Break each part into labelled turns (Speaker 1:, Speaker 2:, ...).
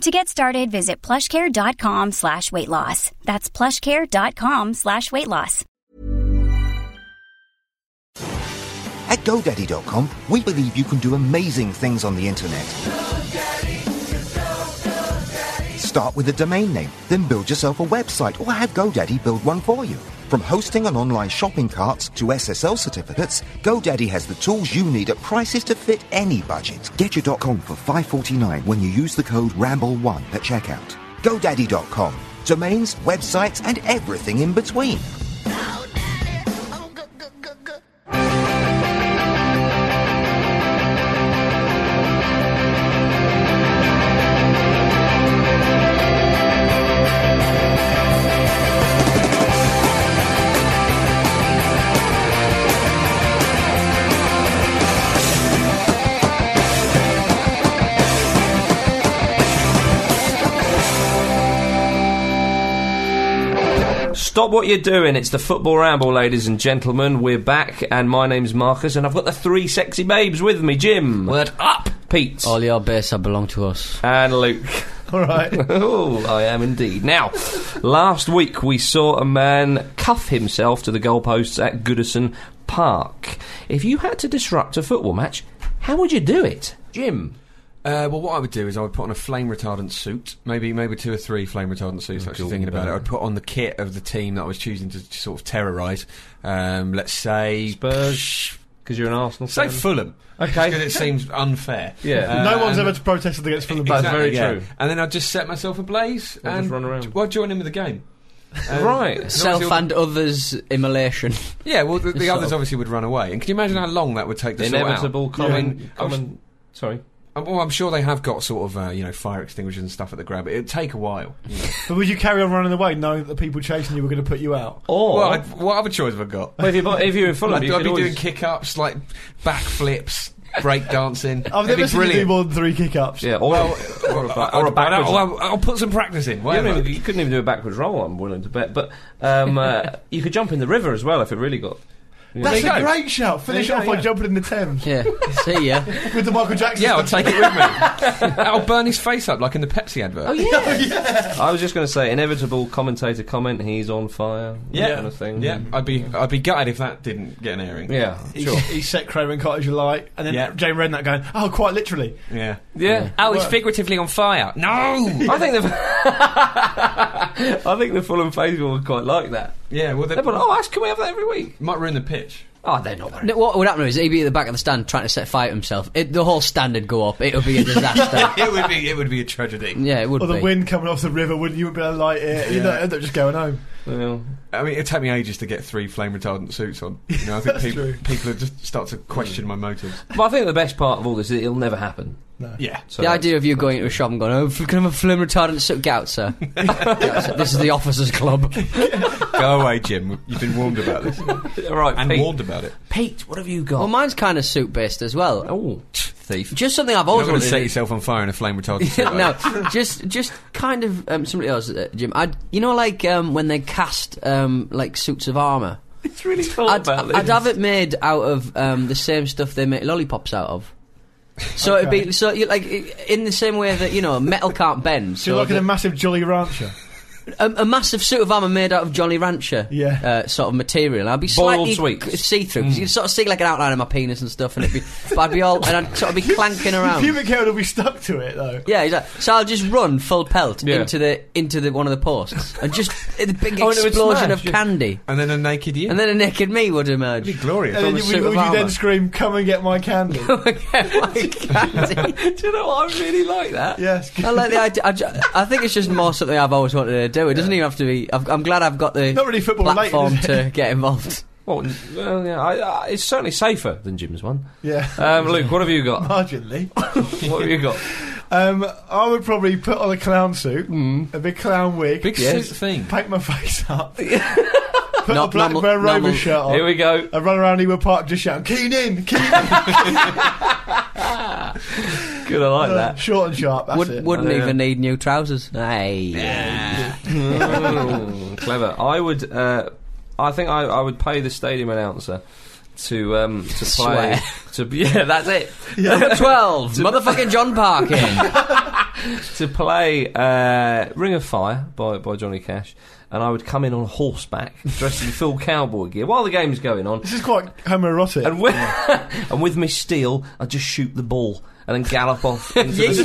Speaker 1: To get started, visit plushcare.com slash weight loss. That's plushcare.com slash weight loss.
Speaker 2: At GoDaddy.com, we believe you can do amazing things on the internet. Start with a domain name, then build yourself a website or have GoDaddy build one for you. From hosting and online shopping carts to SSL certificates, GoDaddy has the tools you need at prices to fit any budget. Get your .com for $5.49 when you use the code RAMBLE1 at checkout. GoDaddy.com. Domains, websites, and everything in between.
Speaker 3: Stop what you're doing. It's the football ramble, ladies and gentlemen. We're back, and my name's Marcus, and I've got the three sexy babes with me Jim.
Speaker 4: Word up!
Speaker 3: Pete.
Speaker 4: All your base that belong to us.
Speaker 3: And Luke.
Speaker 5: All right.
Speaker 3: oh, I am indeed. Now, last week we saw a man cuff himself to the goalposts at Goodison Park. If you had to disrupt a football match, how would you do it? Jim.
Speaker 6: Uh, well, what I would do is I would put on a flame retardant suit, maybe maybe two or three flame retardant suits. actually, thinking about it, I'd put on the kit of the team that I was choosing to sort of terrorise. Um, let's say
Speaker 3: Spurs. Because you're an Arsenal
Speaker 6: Say
Speaker 3: fan.
Speaker 6: Fulham.
Speaker 3: Okay.
Speaker 6: Because it seems unfair. Uh,
Speaker 3: Yeah.
Speaker 5: no one's
Speaker 6: and-
Speaker 5: ever protested against Fulham.
Speaker 3: That's
Speaker 6: Exactly,
Speaker 3: very
Speaker 6: yeah.
Speaker 3: true.
Speaker 6: And then I'd just set myself ablaze
Speaker 3: Or just
Speaker 6: and
Speaker 3: run around.
Speaker 6: Well, I'd join in with the game. Um,
Speaker 3: right.
Speaker 6: obviously
Speaker 4: Self
Speaker 6: all-
Speaker 4: and others immolation.
Speaker 6: Yeah, well, the, the
Speaker 4: Sort
Speaker 6: others
Speaker 4: of.
Speaker 6: obviously would run away. And can you imagine how long that would take to
Speaker 3: The
Speaker 6: sort out?
Speaker 3: inevitable common.
Speaker 6: Yeah.
Speaker 3: common sorry.
Speaker 6: Um, Well, I'm sure they have got sort of uh, you know fire extinguishers and stuff at the ground, but it'd take a while.
Speaker 5: But would you carry on running away knowing that the people chasing you were going to put you out?
Speaker 3: Or.
Speaker 6: Well, I'd, what other choice have I got?
Speaker 3: Well, if you're, if you're in Fulham,
Speaker 6: I'd,
Speaker 3: you
Speaker 6: I'd
Speaker 3: could
Speaker 6: be
Speaker 3: always-
Speaker 6: doing kick ups, like backflips, break dancing.
Speaker 5: I've
Speaker 6: It'd be
Speaker 5: never seen you do
Speaker 6: brilliant.
Speaker 5: more than three kick-ups.
Speaker 3: Yeah, or,
Speaker 6: Well,
Speaker 3: or, a,
Speaker 6: I-
Speaker 3: ba-
Speaker 6: I'd-
Speaker 3: or a
Speaker 6: I'd-
Speaker 3: backwards.
Speaker 6: I'll, I'll put some practice in.
Speaker 3: you,
Speaker 6: whatever.
Speaker 3: don't even- you couldn't even do a backwards roll. I'm willing to bet, but um, uh, you could jump in the river as well if it really got.
Speaker 5: That's
Speaker 6: There
Speaker 5: a
Speaker 6: you go.
Speaker 5: great shout. Finish
Speaker 3: There you
Speaker 5: off
Speaker 3: go,
Speaker 5: by
Speaker 3: yeah.
Speaker 5: jumping in the Thames
Speaker 4: Yeah. See ya.
Speaker 5: with the Michael Jackson.
Speaker 6: yeah, I'll take it with me. I'll burn his face up like in the Pepsi advert.
Speaker 3: I was just going to say inevitable commentator comment. He's on fire. that kind of thing.
Speaker 6: yeah. I'd be I'd be gutted if that didn't get an airing.
Speaker 3: yeah,
Speaker 5: He,
Speaker 3: sure.
Speaker 5: he set Craven and Cottage alight, and then
Speaker 6: Yeah.
Speaker 5: Jane Redknapp going, "Oh, quite literally."
Speaker 6: yeah.
Speaker 3: Yeah,
Speaker 6: Oh, he's figuratively on fire. No.
Speaker 3: I think the I think the Fulham faithful would quite like that.
Speaker 6: yeah. Well, they
Speaker 3: They'd be like, "Oh, Ash, can we have that every week?"
Speaker 6: might ruin the pitch.
Speaker 3: Oh, they're not. Very
Speaker 4: No, what would happen is he'd be at the back of the stand trying to set fire to himself. It, the whole stand would go up. It would be a disaster.
Speaker 6: It would be it would be a tragedy.
Speaker 4: yeah, it would
Speaker 5: Or the
Speaker 4: be.
Speaker 5: wind coming off the river, wouldn't you? Would be able to light it. You know,
Speaker 6: Yeah.
Speaker 5: end up just going home.
Speaker 3: well,
Speaker 6: I mean, it took me ages to get three flame retardant suits on. You know, I think
Speaker 5: That's
Speaker 6: people
Speaker 5: true.
Speaker 6: people would just start to question my motives.
Speaker 3: but I think the best part of all this is it'll never happen.
Speaker 6: Yeah.
Speaker 3: So
Speaker 4: The idea of you going to a shop and going, oh, can I have a flame retardant suit? Get out, sir. Get out, sir. This is the officers' club.
Speaker 6: Go away, Jim. You've been warned about this
Speaker 3: All right,
Speaker 6: and
Speaker 3: Pete. Um,
Speaker 6: warned about it.
Speaker 3: Pete, what have you got?
Speaker 4: Well, mine's kind of suit based as well.
Speaker 3: oh, thief.
Speaker 4: Just something I've
Speaker 6: You're
Speaker 4: always
Speaker 6: not going
Speaker 4: wanted
Speaker 6: to
Speaker 4: to
Speaker 6: set
Speaker 4: do.
Speaker 6: yourself on fire in a flame retardant suit. are
Speaker 4: no,
Speaker 6: you?
Speaker 4: just just kind of um, somebody else, uh, Jim. I'd, you know, like um, when they cast um, like suits of armour.
Speaker 3: It's really thought
Speaker 4: I'd,
Speaker 3: about this.
Speaker 4: I'd have it made out of um, the same stuff they make lollipops out of. So it'd
Speaker 5: Okay.
Speaker 4: be so you like i- in the same way that you know metal can't bend.
Speaker 5: So you're
Speaker 4: So
Speaker 5: like in a
Speaker 4: the-
Speaker 5: massive Jolly Rancher.
Speaker 4: a, a massive suit of armor made out of Jolly Rancher,
Speaker 5: Yeah.
Speaker 4: uh, sort of material. I'd be
Speaker 3: Boiled
Speaker 4: slightly
Speaker 3: sweets. Hmm.
Speaker 4: see through. You sort of see like an outline of my penis and stuff, and it'd be. but I'd be all and I'd sort of be clanking
Speaker 5: Your
Speaker 4: around.
Speaker 5: pubic hair will be stuck to it though.
Speaker 4: Yeah, exactly. So I'll just run full pelt
Speaker 3: Yeah.
Speaker 4: into the into the one of the posts and just the big
Speaker 3: Oh, and it would
Speaker 4: explosion of
Speaker 3: smash, yeah.
Speaker 4: candy,
Speaker 6: And then a naked you.
Speaker 4: and then a naked me would
Speaker 6: It'd be
Speaker 4: emerge.
Speaker 6: glorious.
Speaker 5: And
Speaker 4: From a
Speaker 5: then you,
Speaker 4: suit
Speaker 5: would
Speaker 4: of
Speaker 5: you then
Speaker 4: armour.
Speaker 5: scream, "Come and get my candy"?
Speaker 4: Candy.
Speaker 3: do you know what? I really like that.
Speaker 5: yes.
Speaker 4: I like the idea. I, ju- I think it's just more something I've always wanted to do. It doesn't even have to be. I've, I'm glad I've got the
Speaker 5: Not really football related,
Speaker 4: platform
Speaker 5: is it?
Speaker 4: to get involved.
Speaker 3: Well, n- well yeah, I, I, it's certainly safer than Jim's one.
Speaker 5: Yeah.
Speaker 3: Um, Luke, what have you got?
Speaker 5: Marginally.
Speaker 3: What have you got?
Speaker 5: Um, I would probably put on a clown suit, a big clown wig,
Speaker 6: Big
Speaker 3: Yes.
Speaker 6: suit thing.
Speaker 5: paint my face up, Put
Speaker 4: Not
Speaker 5: a black
Speaker 4: normal-
Speaker 5: Bear Rover
Speaker 4: normal-
Speaker 5: shirt on.
Speaker 3: Here we go.
Speaker 5: I run around Ewood Park just shouting, Keenan, Keenan.
Speaker 3: Good, I like that.
Speaker 5: Short and sharp, that's it.
Speaker 4: Would, wouldn't
Speaker 3: Yeah.
Speaker 4: even need new trousers. Hey.
Speaker 3: Mm, clever. I would. Uh, I think I, I would pay the stadium announcer to um, to play.
Speaker 4: Swear.
Speaker 3: To yeah, that's it.
Speaker 4: Number 12, motherfucking John Parkin.
Speaker 3: To play uh, Ring of Fire by by Johnny Cash. And I would come in on horseback, dressed in full cowboy gear, while the game's going on,
Speaker 5: This is quite homoerotic.
Speaker 3: and with and with my steel, I would just shoot the ball and then gallop off into
Speaker 5: Oh,
Speaker 3: the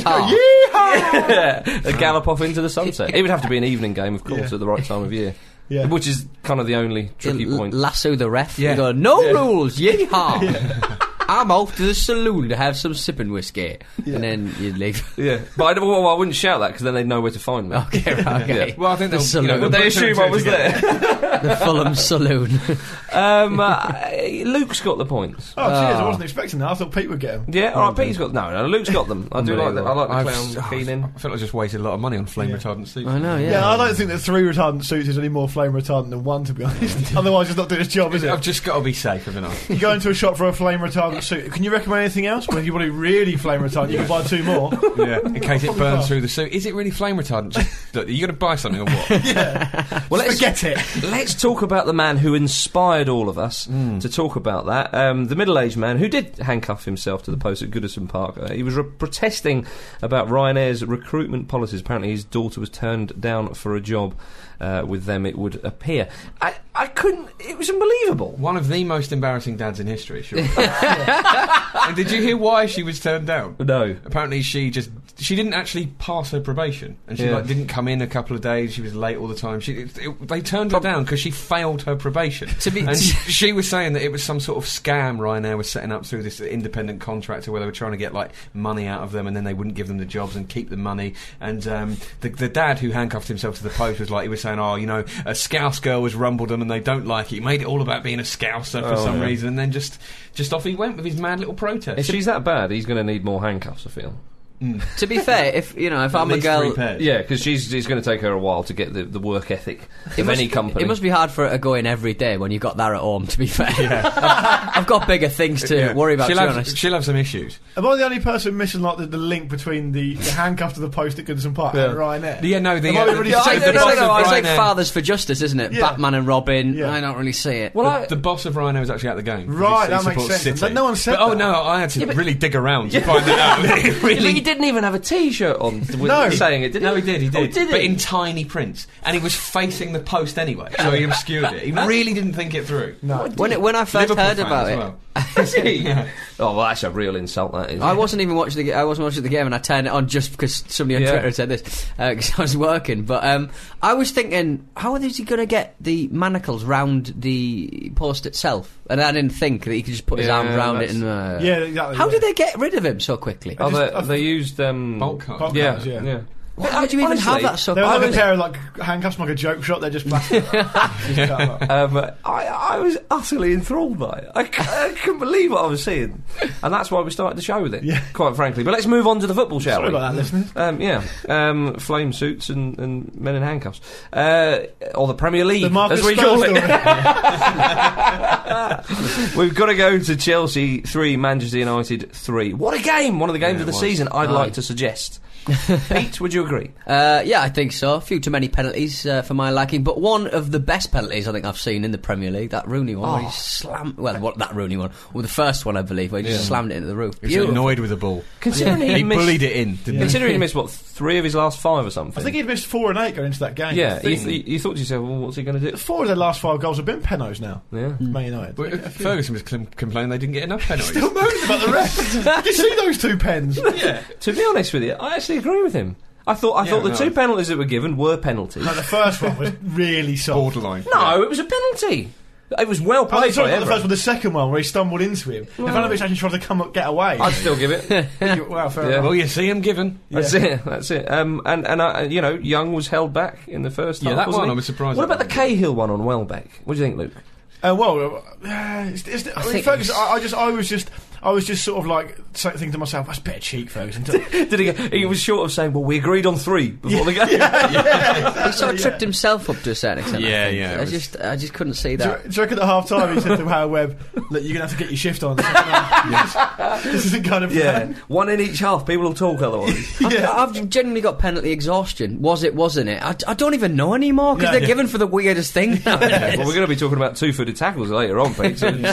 Speaker 4: Yeehaw.
Speaker 3: yeah, and gallop off into the sunset. It would have to be an evening game, of course,
Speaker 5: Yeah.
Speaker 3: at the right time of year,
Speaker 5: Yeah.
Speaker 3: which is kind of the only tricky
Speaker 4: L-
Speaker 3: point.
Speaker 4: Lasso the ref.
Speaker 6: Yeah.
Speaker 4: You go, no rules. Yeehaw. I'm off to the saloon to have some sipping whiskey. And then you leave.
Speaker 3: Yeah, but I, don't- well, I wouldn't shout that because then they'd know where to find me.
Speaker 4: okay, right, okay.
Speaker 6: Well, I think
Speaker 4: The
Speaker 6: they'll, you know,
Speaker 4: saloon.
Speaker 3: Would
Speaker 6: they'll
Speaker 3: they
Speaker 6: put two and
Speaker 3: assume
Speaker 6: two
Speaker 3: I was
Speaker 6: together.
Speaker 3: there?
Speaker 4: the Fulham saloon.
Speaker 3: um, uh, Luke's got the points.
Speaker 5: oh, cheers. I wasn't expecting that. I thought Pete would get him.
Speaker 3: Yeah, all right. Pete's got no, no. Luke's got them. I do like that. I like the
Speaker 6: I've-
Speaker 3: clown
Speaker 6: oh,
Speaker 3: Keenan.
Speaker 6: I feel like I just wasted a lot of money on flame retardant suits.
Speaker 4: I know, yeah.
Speaker 5: Yeah, I don't think that three retardant suits is any more flame retardant than one, to be honest. Otherwise, it's not doing its job, is
Speaker 6: I've
Speaker 5: it?
Speaker 6: just got to be safe, haven't I?
Speaker 5: You go into a shop for a flame retardant suit. Can you recommend anything else? Well, if you want to really flame retardant, you can buy two more.
Speaker 6: yeah. In case it
Speaker 5: Probably
Speaker 6: burns
Speaker 5: not.
Speaker 6: through the suit. Is it really flame retardant? Just- Look, Are you going to buy something or what?
Speaker 3: Well, let's
Speaker 5: Forget it.
Speaker 3: let's talk about the man who inspired all of us
Speaker 4: Hmm.
Speaker 3: to talk about that. Um, the middle-aged man who did handcuff himself to the post at Goodison Park. Uh, he was re- protesting about Ryanair's recruitment policies. Apparently, his daughter was turned down for a job uh, with them. It would appear. I, I couldn't. It was unbelievable.
Speaker 6: One of the most embarrassing dads in history, sure. and did you hear why she was turned down?
Speaker 3: No.
Speaker 6: Apparently, she just she didn't actually pass her probation, and she
Speaker 3: Yeah.
Speaker 6: like didn't come in a couple of days. She was late all the time. She it, it- they turned her down because she failed her probation.
Speaker 4: To be-
Speaker 6: and she was saying that it was some sort of scam Ryanair was setting up through this independent contractor where they were trying to get like money out of them, and then they wouldn't give them the jobs and keep the money. And um, the, the dad who handcuffed himself to the post was like he was saying, "Oh, you know, a Scouse girl has rumbled them, and they don't like it." He made it all about being a Scouser for
Speaker 3: Oh,
Speaker 6: some
Speaker 3: yeah.
Speaker 6: reason, and then just just off he went with his mad little protest.
Speaker 3: If she's that bad, he's going to need more handcuffs. I feel.
Speaker 4: to be fair, if you know, if
Speaker 6: At
Speaker 4: I'm a
Speaker 6: least
Speaker 4: girl,
Speaker 6: three pairs.
Speaker 3: Yeah, because she's it's going to take her a while to get the, the work ethic of any company.
Speaker 4: It must be hard for her to go in every day when you've got that at home, to be fair. I've, I've got bigger things to
Speaker 6: Yeah.
Speaker 4: worry about,
Speaker 6: She'll
Speaker 4: to be
Speaker 6: have,
Speaker 4: honest.
Speaker 6: she'll have some issues.
Speaker 5: Am I the only person missing like the, the link between the, the handcuff to the post at Goodison Park and Ryanair?
Speaker 6: Yeah, no, the,
Speaker 5: Am I
Speaker 6: uh,
Speaker 5: really
Speaker 6: the-
Speaker 5: saying
Speaker 6: the-
Speaker 5: that?
Speaker 6: the
Speaker 5: No,
Speaker 6: boss
Speaker 5: no,
Speaker 6: of
Speaker 5: no,
Speaker 4: it's like
Speaker 6: Ryanair-
Speaker 4: Fathers for Justice, isn't it?
Speaker 5: Yeah.
Speaker 4: Batman and Robin.
Speaker 5: Yeah.
Speaker 4: I don't really see it.
Speaker 3: Well, I,
Speaker 6: The boss of Rhino was actually at the game. 'cause he-
Speaker 5: Right,
Speaker 6: he
Speaker 5: that makes
Speaker 6: supports
Speaker 5: sense.
Speaker 6: City.
Speaker 5: No one said
Speaker 6: But, Oh
Speaker 5: that.
Speaker 6: no, I had to really dig around to find it out. It really-
Speaker 3: but he didn't even have a T-shirt on with
Speaker 5: No.
Speaker 3: saying it, did he?
Speaker 6: No, he did. He did.
Speaker 3: Oh, did
Speaker 6: but
Speaker 3: he?
Speaker 6: in tiny prints, and he was facing the post anyway, so he obscured it. He really didn't think it through.
Speaker 5: No.
Speaker 4: when, it, when I first
Speaker 6: Liverpool
Speaker 4: heard
Speaker 6: fan
Speaker 4: about
Speaker 6: as
Speaker 4: it,
Speaker 6: well.
Speaker 3: Is he? Oh, well, that's a real insult. That is.
Speaker 4: I wasn't even watching the. ga- I wasn't watching the game, and I turned it on just because somebody on
Speaker 3: Yeah.
Speaker 4: Twitter said this because I was working. But um, I was thinking, how is he going to get the manacles round the post itself? And I didn't think that he could just put his
Speaker 3: Yeah,
Speaker 4: arm round it
Speaker 3: that's-
Speaker 4: and. Uh,
Speaker 5: Yeah, exactly,
Speaker 4: How
Speaker 5: yeah.
Speaker 4: did they get rid of him so quickly?
Speaker 3: Oh, they,
Speaker 5: just- I-
Speaker 3: they used um,
Speaker 6: Bulk cut.
Speaker 5: Bulk
Speaker 3: Yeah,
Speaker 5: cutters,
Speaker 3: yeah.
Speaker 5: yeah.
Speaker 4: Why How would you even have
Speaker 3: Honestly,
Speaker 4: that so
Speaker 5: They're
Speaker 4: quickly?
Speaker 5: like a pair of like handcuffs, from, like a joke shot. They're just plastic. Just cut them up.
Speaker 3: Um, I, I was utterly enthralled by it. I, c- I couldn't believe what I was seeing, and that's why we started the show with it.
Speaker 5: Yeah.
Speaker 3: Quite frankly, but let's move on to the football, shall
Speaker 5: Sorry
Speaker 3: we?
Speaker 5: about that, listeners.
Speaker 3: Um, yeah, um, flame suits and, and men in handcuffs, uh, or the Premier League,
Speaker 5: The Marcus
Speaker 3: as we
Speaker 5: Scholes
Speaker 3: call it.
Speaker 5: story.
Speaker 3: We've got to go to Chelsea 3, Manchester United 3. What a game! One of the games
Speaker 6: Yeah,
Speaker 3: of the
Speaker 6: it was.
Speaker 3: season, I'd
Speaker 4: Aye.
Speaker 3: like to suggest. Pete, would you agree?
Speaker 4: Uh, yeah, I think so. A few too many penalties uh, for my liking, but one of the best penalties I think I've seen in the Premier League. That Rooney one, where
Speaker 3: Oh.
Speaker 4: he slammed. Well, what that Rooney one? Well, the first one, I believe, where he just slammed it into the roof.
Speaker 6: He was annoyed with the ball.
Speaker 3: Considering
Speaker 6: He
Speaker 3: he missed,
Speaker 6: bullied it in. Didn't he?
Speaker 3: considering he missed what three of his last five or something.
Speaker 5: I think he'd missed four and eight going into that game.
Speaker 3: yeah,
Speaker 5: I think
Speaker 3: you, th- you thought to yourself, well, what's he going to do?
Speaker 5: four of their last five goals have been penos now. Mm.
Speaker 3: Yeah.
Speaker 5: Man United.
Speaker 6: But, uh, Ferguson was cl- complaining they didn't get enough penalties.
Speaker 5: Still moaning about the rest. you see those two pens?
Speaker 6: yeah.
Speaker 3: To be honest with you, I actually agree with him. I thought I
Speaker 6: Yeah,
Speaker 3: thought the
Speaker 6: no.
Speaker 3: two penalties that were given were penalties.
Speaker 5: Like the first one was really soft.
Speaker 6: Borderline.
Speaker 3: No, it was a penalty. It was well
Speaker 5: Oh,
Speaker 3: played
Speaker 5: sorry,
Speaker 3: by
Speaker 5: not the first
Speaker 3: Everett.
Speaker 5: one, the second one where he stumbled into him. Ivanovic actually tried to come up, get away.
Speaker 3: I'd still give it.
Speaker 5: wow, fair
Speaker 3: Yeah.
Speaker 5: enough.
Speaker 6: Well, you see him given.
Speaker 3: That's it. That's it. Um, and and uh, you know, Young was held back in the first.
Speaker 6: Yeah,
Speaker 3: half,
Speaker 6: that
Speaker 3: wasn't
Speaker 6: one
Speaker 3: he?
Speaker 6: I was surprised
Speaker 3: What
Speaker 6: at.
Speaker 3: about the Cahill one on Welbeck? What do you think, Luke?
Speaker 5: Uh, well, uh, it's, it's, I, mean,
Speaker 4: think it's-
Speaker 5: Ferguson, I, I just, I was just, I was just sort of like sa- thinking to myself, that's a bit of cheek, Ferguson. To-
Speaker 3: Did he? Go, he was short of saying, "Well, we agreed on three before the game."
Speaker 4: He sort of tripped himself up to a certain extent. I
Speaker 6: Yeah,
Speaker 4: think.
Speaker 6: yeah, it
Speaker 4: I
Speaker 6: was-
Speaker 4: just, I just couldn't see
Speaker 5: do, you,
Speaker 4: that.
Speaker 5: do you reckon at half time he said to Howard Webb, look, you're going to have to get your shift on? this, this isn't kind of
Speaker 3: yeah,
Speaker 5: plan.
Speaker 3: one in each half. People will talk otherwise.
Speaker 5: Yeah.
Speaker 4: I, I've genuinely got penalty exhaustion. Was it? Wasn't it? I, I don't even know anymore because
Speaker 5: Yeah,
Speaker 4: they're
Speaker 5: yeah.
Speaker 4: given for the weirdest thing.
Speaker 3: well, we're going to be talking about two-footed tackles later on, Pete. So save, your,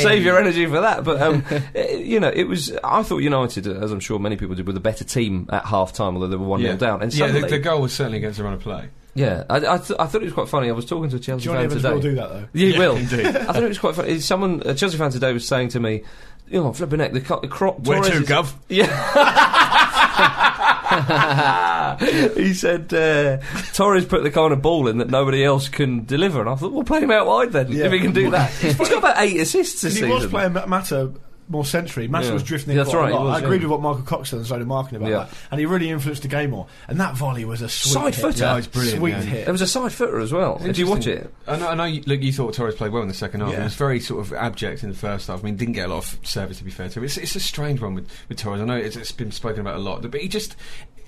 Speaker 3: save your energy for that. But um, eh, you know, it was. I thought United, as I'm sure many people did, were the better team at half time, although they were one 0 down. And
Speaker 6: yeah,
Speaker 3: suddenly,
Speaker 6: the, the goal was certainly against the run of play.
Speaker 3: yeah, I, I, th- I thought it was quite funny. I was talking to a Chelsea
Speaker 5: Johnny
Speaker 3: fan
Speaker 5: Evans
Speaker 3: today.
Speaker 5: will do that, though.
Speaker 3: Yeah, he will.
Speaker 6: indeed.
Speaker 3: I thought it was quite funny. Someone, a Chelsea fan today, was saying to me, "You know, flipping neck, the, co- the crop." Torres is-
Speaker 6: Gov?
Speaker 3: Yeah. he said uh, Torres put the kind of ball in that nobody else can deliver, and I thought, "Well, play him out wide then
Speaker 5: Yeah.
Speaker 3: if he can do that." He's got about eight assists this
Speaker 5: Because he
Speaker 3: season.
Speaker 5: was playing Ma- Mata more centrally. Mata
Speaker 3: Yeah.
Speaker 5: was drifting in
Speaker 3: That's
Speaker 5: quite
Speaker 3: right,
Speaker 5: a
Speaker 3: he
Speaker 5: lot.
Speaker 3: was,
Speaker 5: I agreed
Speaker 3: yeah.
Speaker 5: with what Michael Cox said on Zone of Marking about
Speaker 3: Yeah.
Speaker 5: that. And he really influenced the game more. And that volley was a sweet
Speaker 3: Side
Speaker 5: hit.
Speaker 3: footer. Yeah,
Speaker 6: it's brilliant,
Speaker 5: Sweet
Speaker 6: yeah.
Speaker 5: hit.
Speaker 3: There was a side footer as well. Did you watch it?
Speaker 6: I know, I know you, look, you thought Torres played well in the second half.
Speaker 5: Yeah.
Speaker 6: It was very sort of abject in the first half. I mean, didn't get a lot of service, to be fair to him. It's, it's a strange one with, with Torres. I know it's, it's been spoken about a lot, but he just.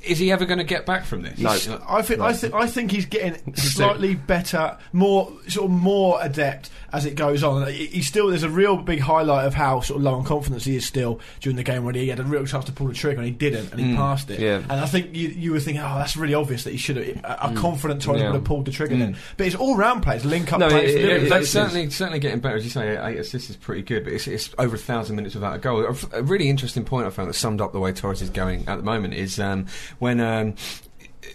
Speaker 6: Is he ever going to get back from this?
Speaker 3: No.
Speaker 6: He's-
Speaker 5: I think I, th- I think he's getting
Speaker 3: Just
Speaker 5: slightly better, more sort of more adept as it goes on. He- He's still there's a real big highlight of how sort of low on confidence he is still during the game when he had a real chance to pull the trigger and he didn't and he passed it.
Speaker 3: Mm, yeah. Mm,
Speaker 5: And I think you, you were thinking, oh, that's really obvious that he should have. A, a confident Torres
Speaker 3: Yeah. Mm.
Speaker 5: would have pulled the trigger then. But it's all round plays, link up
Speaker 3: No,
Speaker 5: plays.
Speaker 3: it- it-
Speaker 5: little
Speaker 3: it-
Speaker 5: plays.
Speaker 6: They're certainly, certainly getting better. As you say, eight assists is pretty good, but it's, it's over a thousand minutes without a goal. A, f- a really interesting point I found that summed up the way Torres is going at the moment is um, when. Um,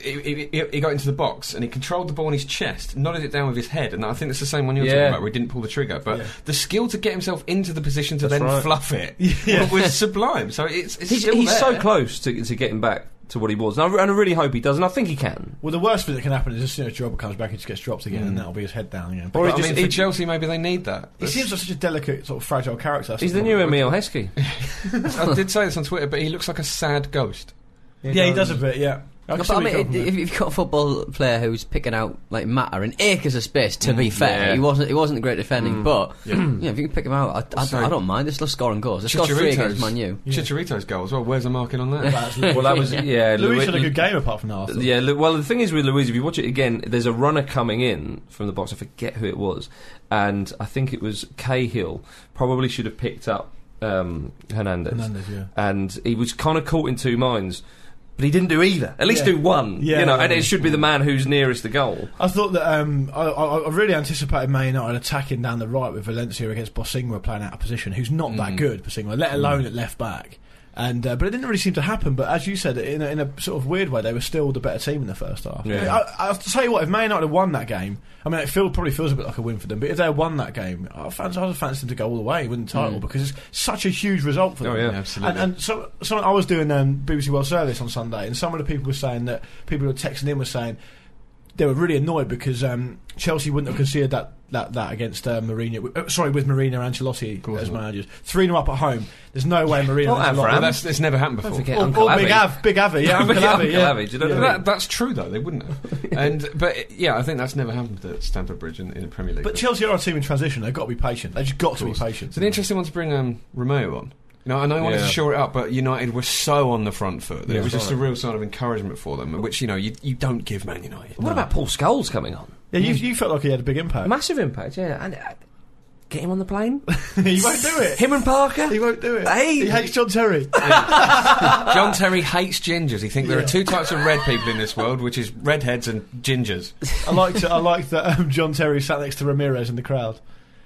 Speaker 6: he, he- he, he got into the box and he controlled the ball in his chest, nodded it down with his head, and I think that's the same one you were
Speaker 3: Yeah.
Speaker 6: talking about where he didn't pull the trigger. But the skill to get himself into the position to
Speaker 3: That's
Speaker 6: then
Speaker 3: right.
Speaker 6: fluff it was sublime. So it's, it's
Speaker 3: He's,
Speaker 6: still
Speaker 3: he's so
Speaker 6: there.
Speaker 3: close to, to getting back to what he was, and I, and I really hope he does, and I think he can.
Speaker 5: Well, the worst thing that can happen is as soon as Jorba comes back, he just gets dropped again, and that'll be his head down again.
Speaker 3: Mm. Or he
Speaker 6: But
Speaker 5: But I
Speaker 6: I
Speaker 3: just-
Speaker 5: mean,
Speaker 6: mean, for Chelsea, maybe they need that.
Speaker 5: he seems like such a delicate, sort of fragile character. that's
Speaker 3: He's the
Speaker 5: problem.
Speaker 3: new Emil Heskey.
Speaker 6: I did say this on Twitter, but he looks like a sad ghost.
Speaker 5: Yeah, he does a bit. Yeah. I
Speaker 4: No,
Speaker 5: can
Speaker 4: but
Speaker 5: see
Speaker 4: I
Speaker 5: where
Speaker 4: mean,
Speaker 5: you're coming
Speaker 4: if
Speaker 5: from there.
Speaker 4: if you've got a football player who's picking out like matter and acres of space, to be fair,
Speaker 3: yeah.
Speaker 4: he wasn't he wasn't great defending, but yeah. if you can pick him out, I, I,
Speaker 6: Also-
Speaker 4: I don't mind. This scoring goals. They scored three against Man U.
Speaker 6: Chicharito's goal as well. Where's the marking on that?
Speaker 3: well, that was yeah.
Speaker 5: Luis
Speaker 3: Lu-
Speaker 5: had a good game apart from that. I thought.
Speaker 3: Yeah, Lu- well, the thing is with Louise, if you watch it again, there's a runner coming in from the box. I forget who it was, and I think it was Cahill. Probably should have picked up um, Hernandez,
Speaker 5: Hernandez, yeah.
Speaker 3: and he was kind of caught in two minds. But he didn't do either. At least
Speaker 5: Yeah.
Speaker 3: do one,
Speaker 5: Yeah,
Speaker 3: you know.
Speaker 5: yeah,
Speaker 3: and
Speaker 5: yeah.
Speaker 3: it should be the man who's nearest the goal.
Speaker 5: I thought that um, I, I, I really anticipated Man United attacking down the right with Valencia against Bosingwa playing out of position, who's not
Speaker 3: Mm.
Speaker 5: that good, Bosingwa, let alone at left back. And uh, but it didn't really seem to happen. But as you said, in a, in a sort of weird way, they were still the better team in the first half.
Speaker 3: Yeah.
Speaker 5: I, I have to tell you what, if Man United had won that game, I mean, it feel, probably feels a bit like a win for them. But if they had won that game, I fancy, I'd have fancied them to go all the way, win the title because it's such a huge result for them.
Speaker 3: Mm. Oh, yeah.
Speaker 6: Absolutely.
Speaker 5: And, and so, so I was doing um, BBC World Service on Sunday, and some of the people were saying that people who were texting in were saying they were really annoyed because um, Chelsea wouldn't have conceded that that, that against uh, Mourinho. Uh, sorry, with Mourinho and Ancelotti
Speaker 6: course
Speaker 5: as
Speaker 6: not.
Speaker 5: managers, three 0 up at home. There's no way Mourinho.
Speaker 3: Not
Speaker 5: and
Speaker 3: Avram.
Speaker 5: Ancelotti-
Speaker 6: Well, that's, it's never happened before.
Speaker 3: forget
Speaker 5: or,
Speaker 3: Uncle
Speaker 5: or Big
Speaker 3: Avi.
Speaker 5: Av, Big Avi, yeah, Uncle
Speaker 3: Uncle
Speaker 5: Avi, yeah.
Speaker 3: Avi, do you know what I mean?
Speaker 6: That, that's true though. They wouldn't have. and but yeah, I think that's never happened at Stamford Bridge in, in the Premier League.
Speaker 5: But Chelsea are a team in transition. They've got to be patient. They've just got to be patient.
Speaker 6: it's an interesting one to bring um, Romeo on. You know, I know he wanted
Speaker 3: Yeah.
Speaker 6: to shore it up, but United were so on the front foot that
Speaker 3: Yeah,
Speaker 6: it was just a
Speaker 3: right.
Speaker 6: real sign of encouragement for them, which you know you, you don't give Man United.
Speaker 3: What about Paul Scholes coming on?
Speaker 5: Yeah, you, you felt like he had a big impact.
Speaker 3: Massive impact, yeah. And uh, get him on the plane.
Speaker 5: he won't do it.
Speaker 3: Him and Parker.
Speaker 5: He won't do it.
Speaker 3: Hey.
Speaker 5: He hates John Terry.
Speaker 6: John Terry hates gingers. He thinks there are two types of red people in this world, which is redheads and gingers.
Speaker 5: I liked it. I liked that um, John Terry sat next to Ramirez in the crowd.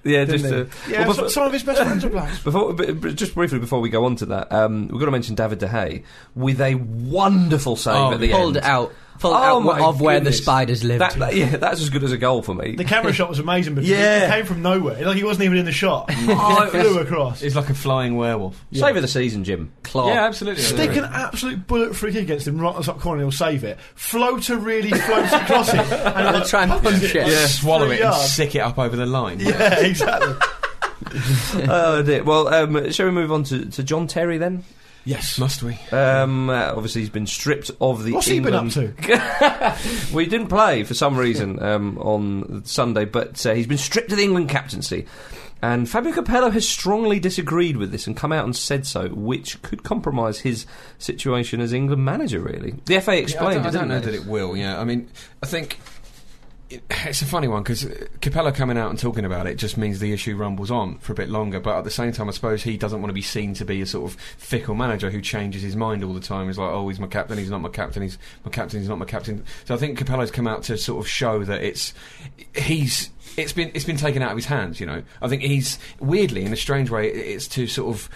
Speaker 3: yeah,
Speaker 5: Didn't
Speaker 3: just
Speaker 5: he?
Speaker 3: uh,
Speaker 5: yeah,
Speaker 3: well,
Speaker 5: so-
Speaker 3: bef-
Speaker 5: some of his best friends are black.
Speaker 3: Before, b- b- just briefly before we go on to that, um, we've got to mention David De Gea with a wonderful save
Speaker 6: Oh,
Speaker 3: at the
Speaker 4: Pulled
Speaker 3: end.
Speaker 4: out, pulled
Speaker 3: Oh
Speaker 4: out
Speaker 3: my
Speaker 4: of where the
Speaker 3: goodness.
Speaker 4: spiders lived.
Speaker 3: That, that- yeah, that's as good as a goal for me.
Speaker 5: The camera shot was amazing because
Speaker 3: Yeah.
Speaker 5: it came from nowhere. Like he wasn't even in the shot.
Speaker 3: Oh,
Speaker 5: It flew across.
Speaker 6: He's like a flying werewolf.
Speaker 3: Save of the season, Jim. Oh,
Speaker 4: Claw.
Speaker 6: Yeah, absolutely.
Speaker 5: Stick an absolute bullet free kick against him right on the top corner, he'll save it. Floater really floats across it. And
Speaker 4: I'll try and punch it.
Speaker 5: like
Speaker 6: yeah. swallow
Speaker 5: three
Speaker 6: it and
Speaker 5: yards.
Speaker 6: sick it up over the line.
Speaker 5: Yeah, exactly.
Speaker 3: oh dear. Well, um, shall we move on to, to John Terry then?
Speaker 5: Yes.
Speaker 6: Must we?
Speaker 3: Um, uh, obviously, he's been stripped of the.
Speaker 5: What's
Speaker 3: England...
Speaker 5: he been up to?
Speaker 3: Well, he didn't play for some reason um, on Sunday, but uh, he's been stripped of the England captaincy. And Fabio Capello has strongly disagreed with this and come out and said so, which could compromise his situation as England manager, really. The FA explained
Speaker 6: Yeah, I don't, I don't
Speaker 3: it,
Speaker 6: know
Speaker 3: didn't
Speaker 6: that
Speaker 3: they?
Speaker 6: it will. Yeah, I mean, I think it, it's a funny one because Capello coming out and talking about it just means the issue rumbles on for a bit longer. But at the same time, I suppose he doesn't want to be seen to be a sort of fickle manager who changes his mind all the time. He's like, oh, he's my captain. He's not my captain. He's my captain. He's not my captain. So I think Capello's come out to sort of show that it's he's. It's been it's been taken out of his hands, you know. I think he's weirdly, in a strange way, it- it's to sort of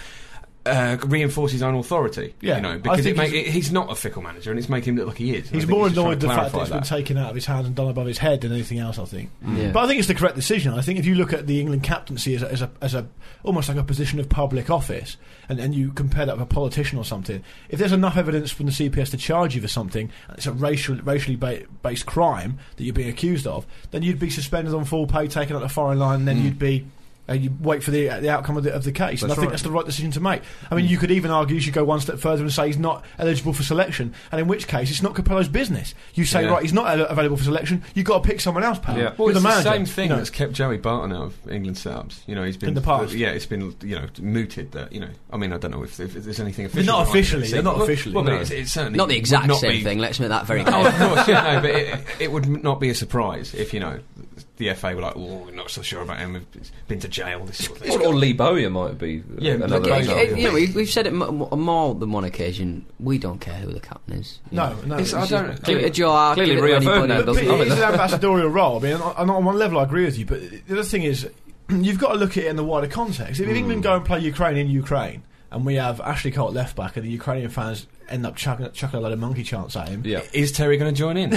Speaker 6: uh, reinforce his own authority.
Speaker 5: Yeah,
Speaker 6: you know,
Speaker 5: I
Speaker 6: because it
Speaker 5: think
Speaker 6: make,
Speaker 5: he's-
Speaker 6: it, he's not a fickle manager, and it's making him look like he is. And I
Speaker 5: He's
Speaker 6: think
Speaker 5: more
Speaker 6: just trying
Speaker 5: annoyed
Speaker 6: to
Speaker 5: the fact that
Speaker 6: clarify
Speaker 5: it's been taken out of his hands and done above his head than anything else. I think,
Speaker 4: Yeah.
Speaker 5: but I think it's the correct decision. I think if you look at the England captaincy as a, as a, as a almost like a position of public office, and, and you compare that with a politician or something, if there's enough evidence from the CPS to charge you for something, and it's a racial racially ba- based crime that you're being accused of, then you'd be suspended on full pay, taken out the foreign line, and then you'd be. Uh, you wait for the the outcome of the, of the case, and I
Speaker 3: Mm. That's
Speaker 5: think
Speaker 3: right. Mm.
Speaker 5: that's the right decision to make. I mean, you could even argue you should go one step further and say he's not eligible for selection, and in which case it's not Capello's business. You say
Speaker 6: Yeah.
Speaker 5: right, he's not el- available for selection. You've got to pick someone else, pal.
Speaker 3: Yeah.
Speaker 5: You're
Speaker 6: Well, it's the,
Speaker 5: manager,
Speaker 6: same thing
Speaker 5: you know.
Speaker 6: that's kept Joey Barton out of England setups. You know, he's been
Speaker 5: In the past.
Speaker 6: Yeah, it's been you know mooted that you know. I mean, I don't know if, if there's anything official.
Speaker 5: not
Speaker 6: behind it.
Speaker 5: officially,
Speaker 6: It's-
Speaker 5: they're not
Speaker 6: well,
Speaker 5: officially,
Speaker 6: Well, but
Speaker 5: no.
Speaker 6: it's, it's certainly
Speaker 4: Not the
Speaker 6: would
Speaker 4: exact
Speaker 6: not
Speaker 4: same
Speaker 6: be-
Speaker 4: thing. Let's make that very
Speaker 6: Oh,
Speaker 4: clear.
Speaker 6: of course, yeah, no, but it, it would m- not be a surprise if you know the FA were like, "Oh, we're not so sure about him. He's been to jail." This sort of thing.
Speaker 3: Or, or Lee Bowyer might be uh,
Speaker 6: Yeah,
Speaker 3: another
Speaker 6: but-
Speaker 4: Yeah,
Speaker 3: example.
Speaker 4: you know, we, we've said it m- m- more than one occasion. We don't care who the captain is. you
Speaker 5: No,
Speaker 4: know.
Speaker 5: no.
Speaker 6: It's- I don't.
Speaker 4: Give it to Joe Hart,
Speaker 3: Clearly
Speaker 4: give it to
Speaker 3: Rio
Speaker 4: anybody,
Speaker 3: Ferdinand
Speaker 4: it
Speaker 5: but
Speaker 4: doesn't
Speaker 5: it
Speaker 3: doesn't
Speaker 4: matter.
Speaker 5: is
Speaker 3: have
Speaker 5: an
Speaker 3: it.
Speaker 5: ambassadorial role. I mean, on, on one level, I agree with you, but the other thing is, you've got to look at it in the wider context. If England go and play Ukraine in Ukraine, and we have Ashley Cole at left back, and the Ukrainian fans end up chucking, chucking a load of monkey chants at him,
Speaker 3: Yeah.
Speaker 6: Is Terry going to join in?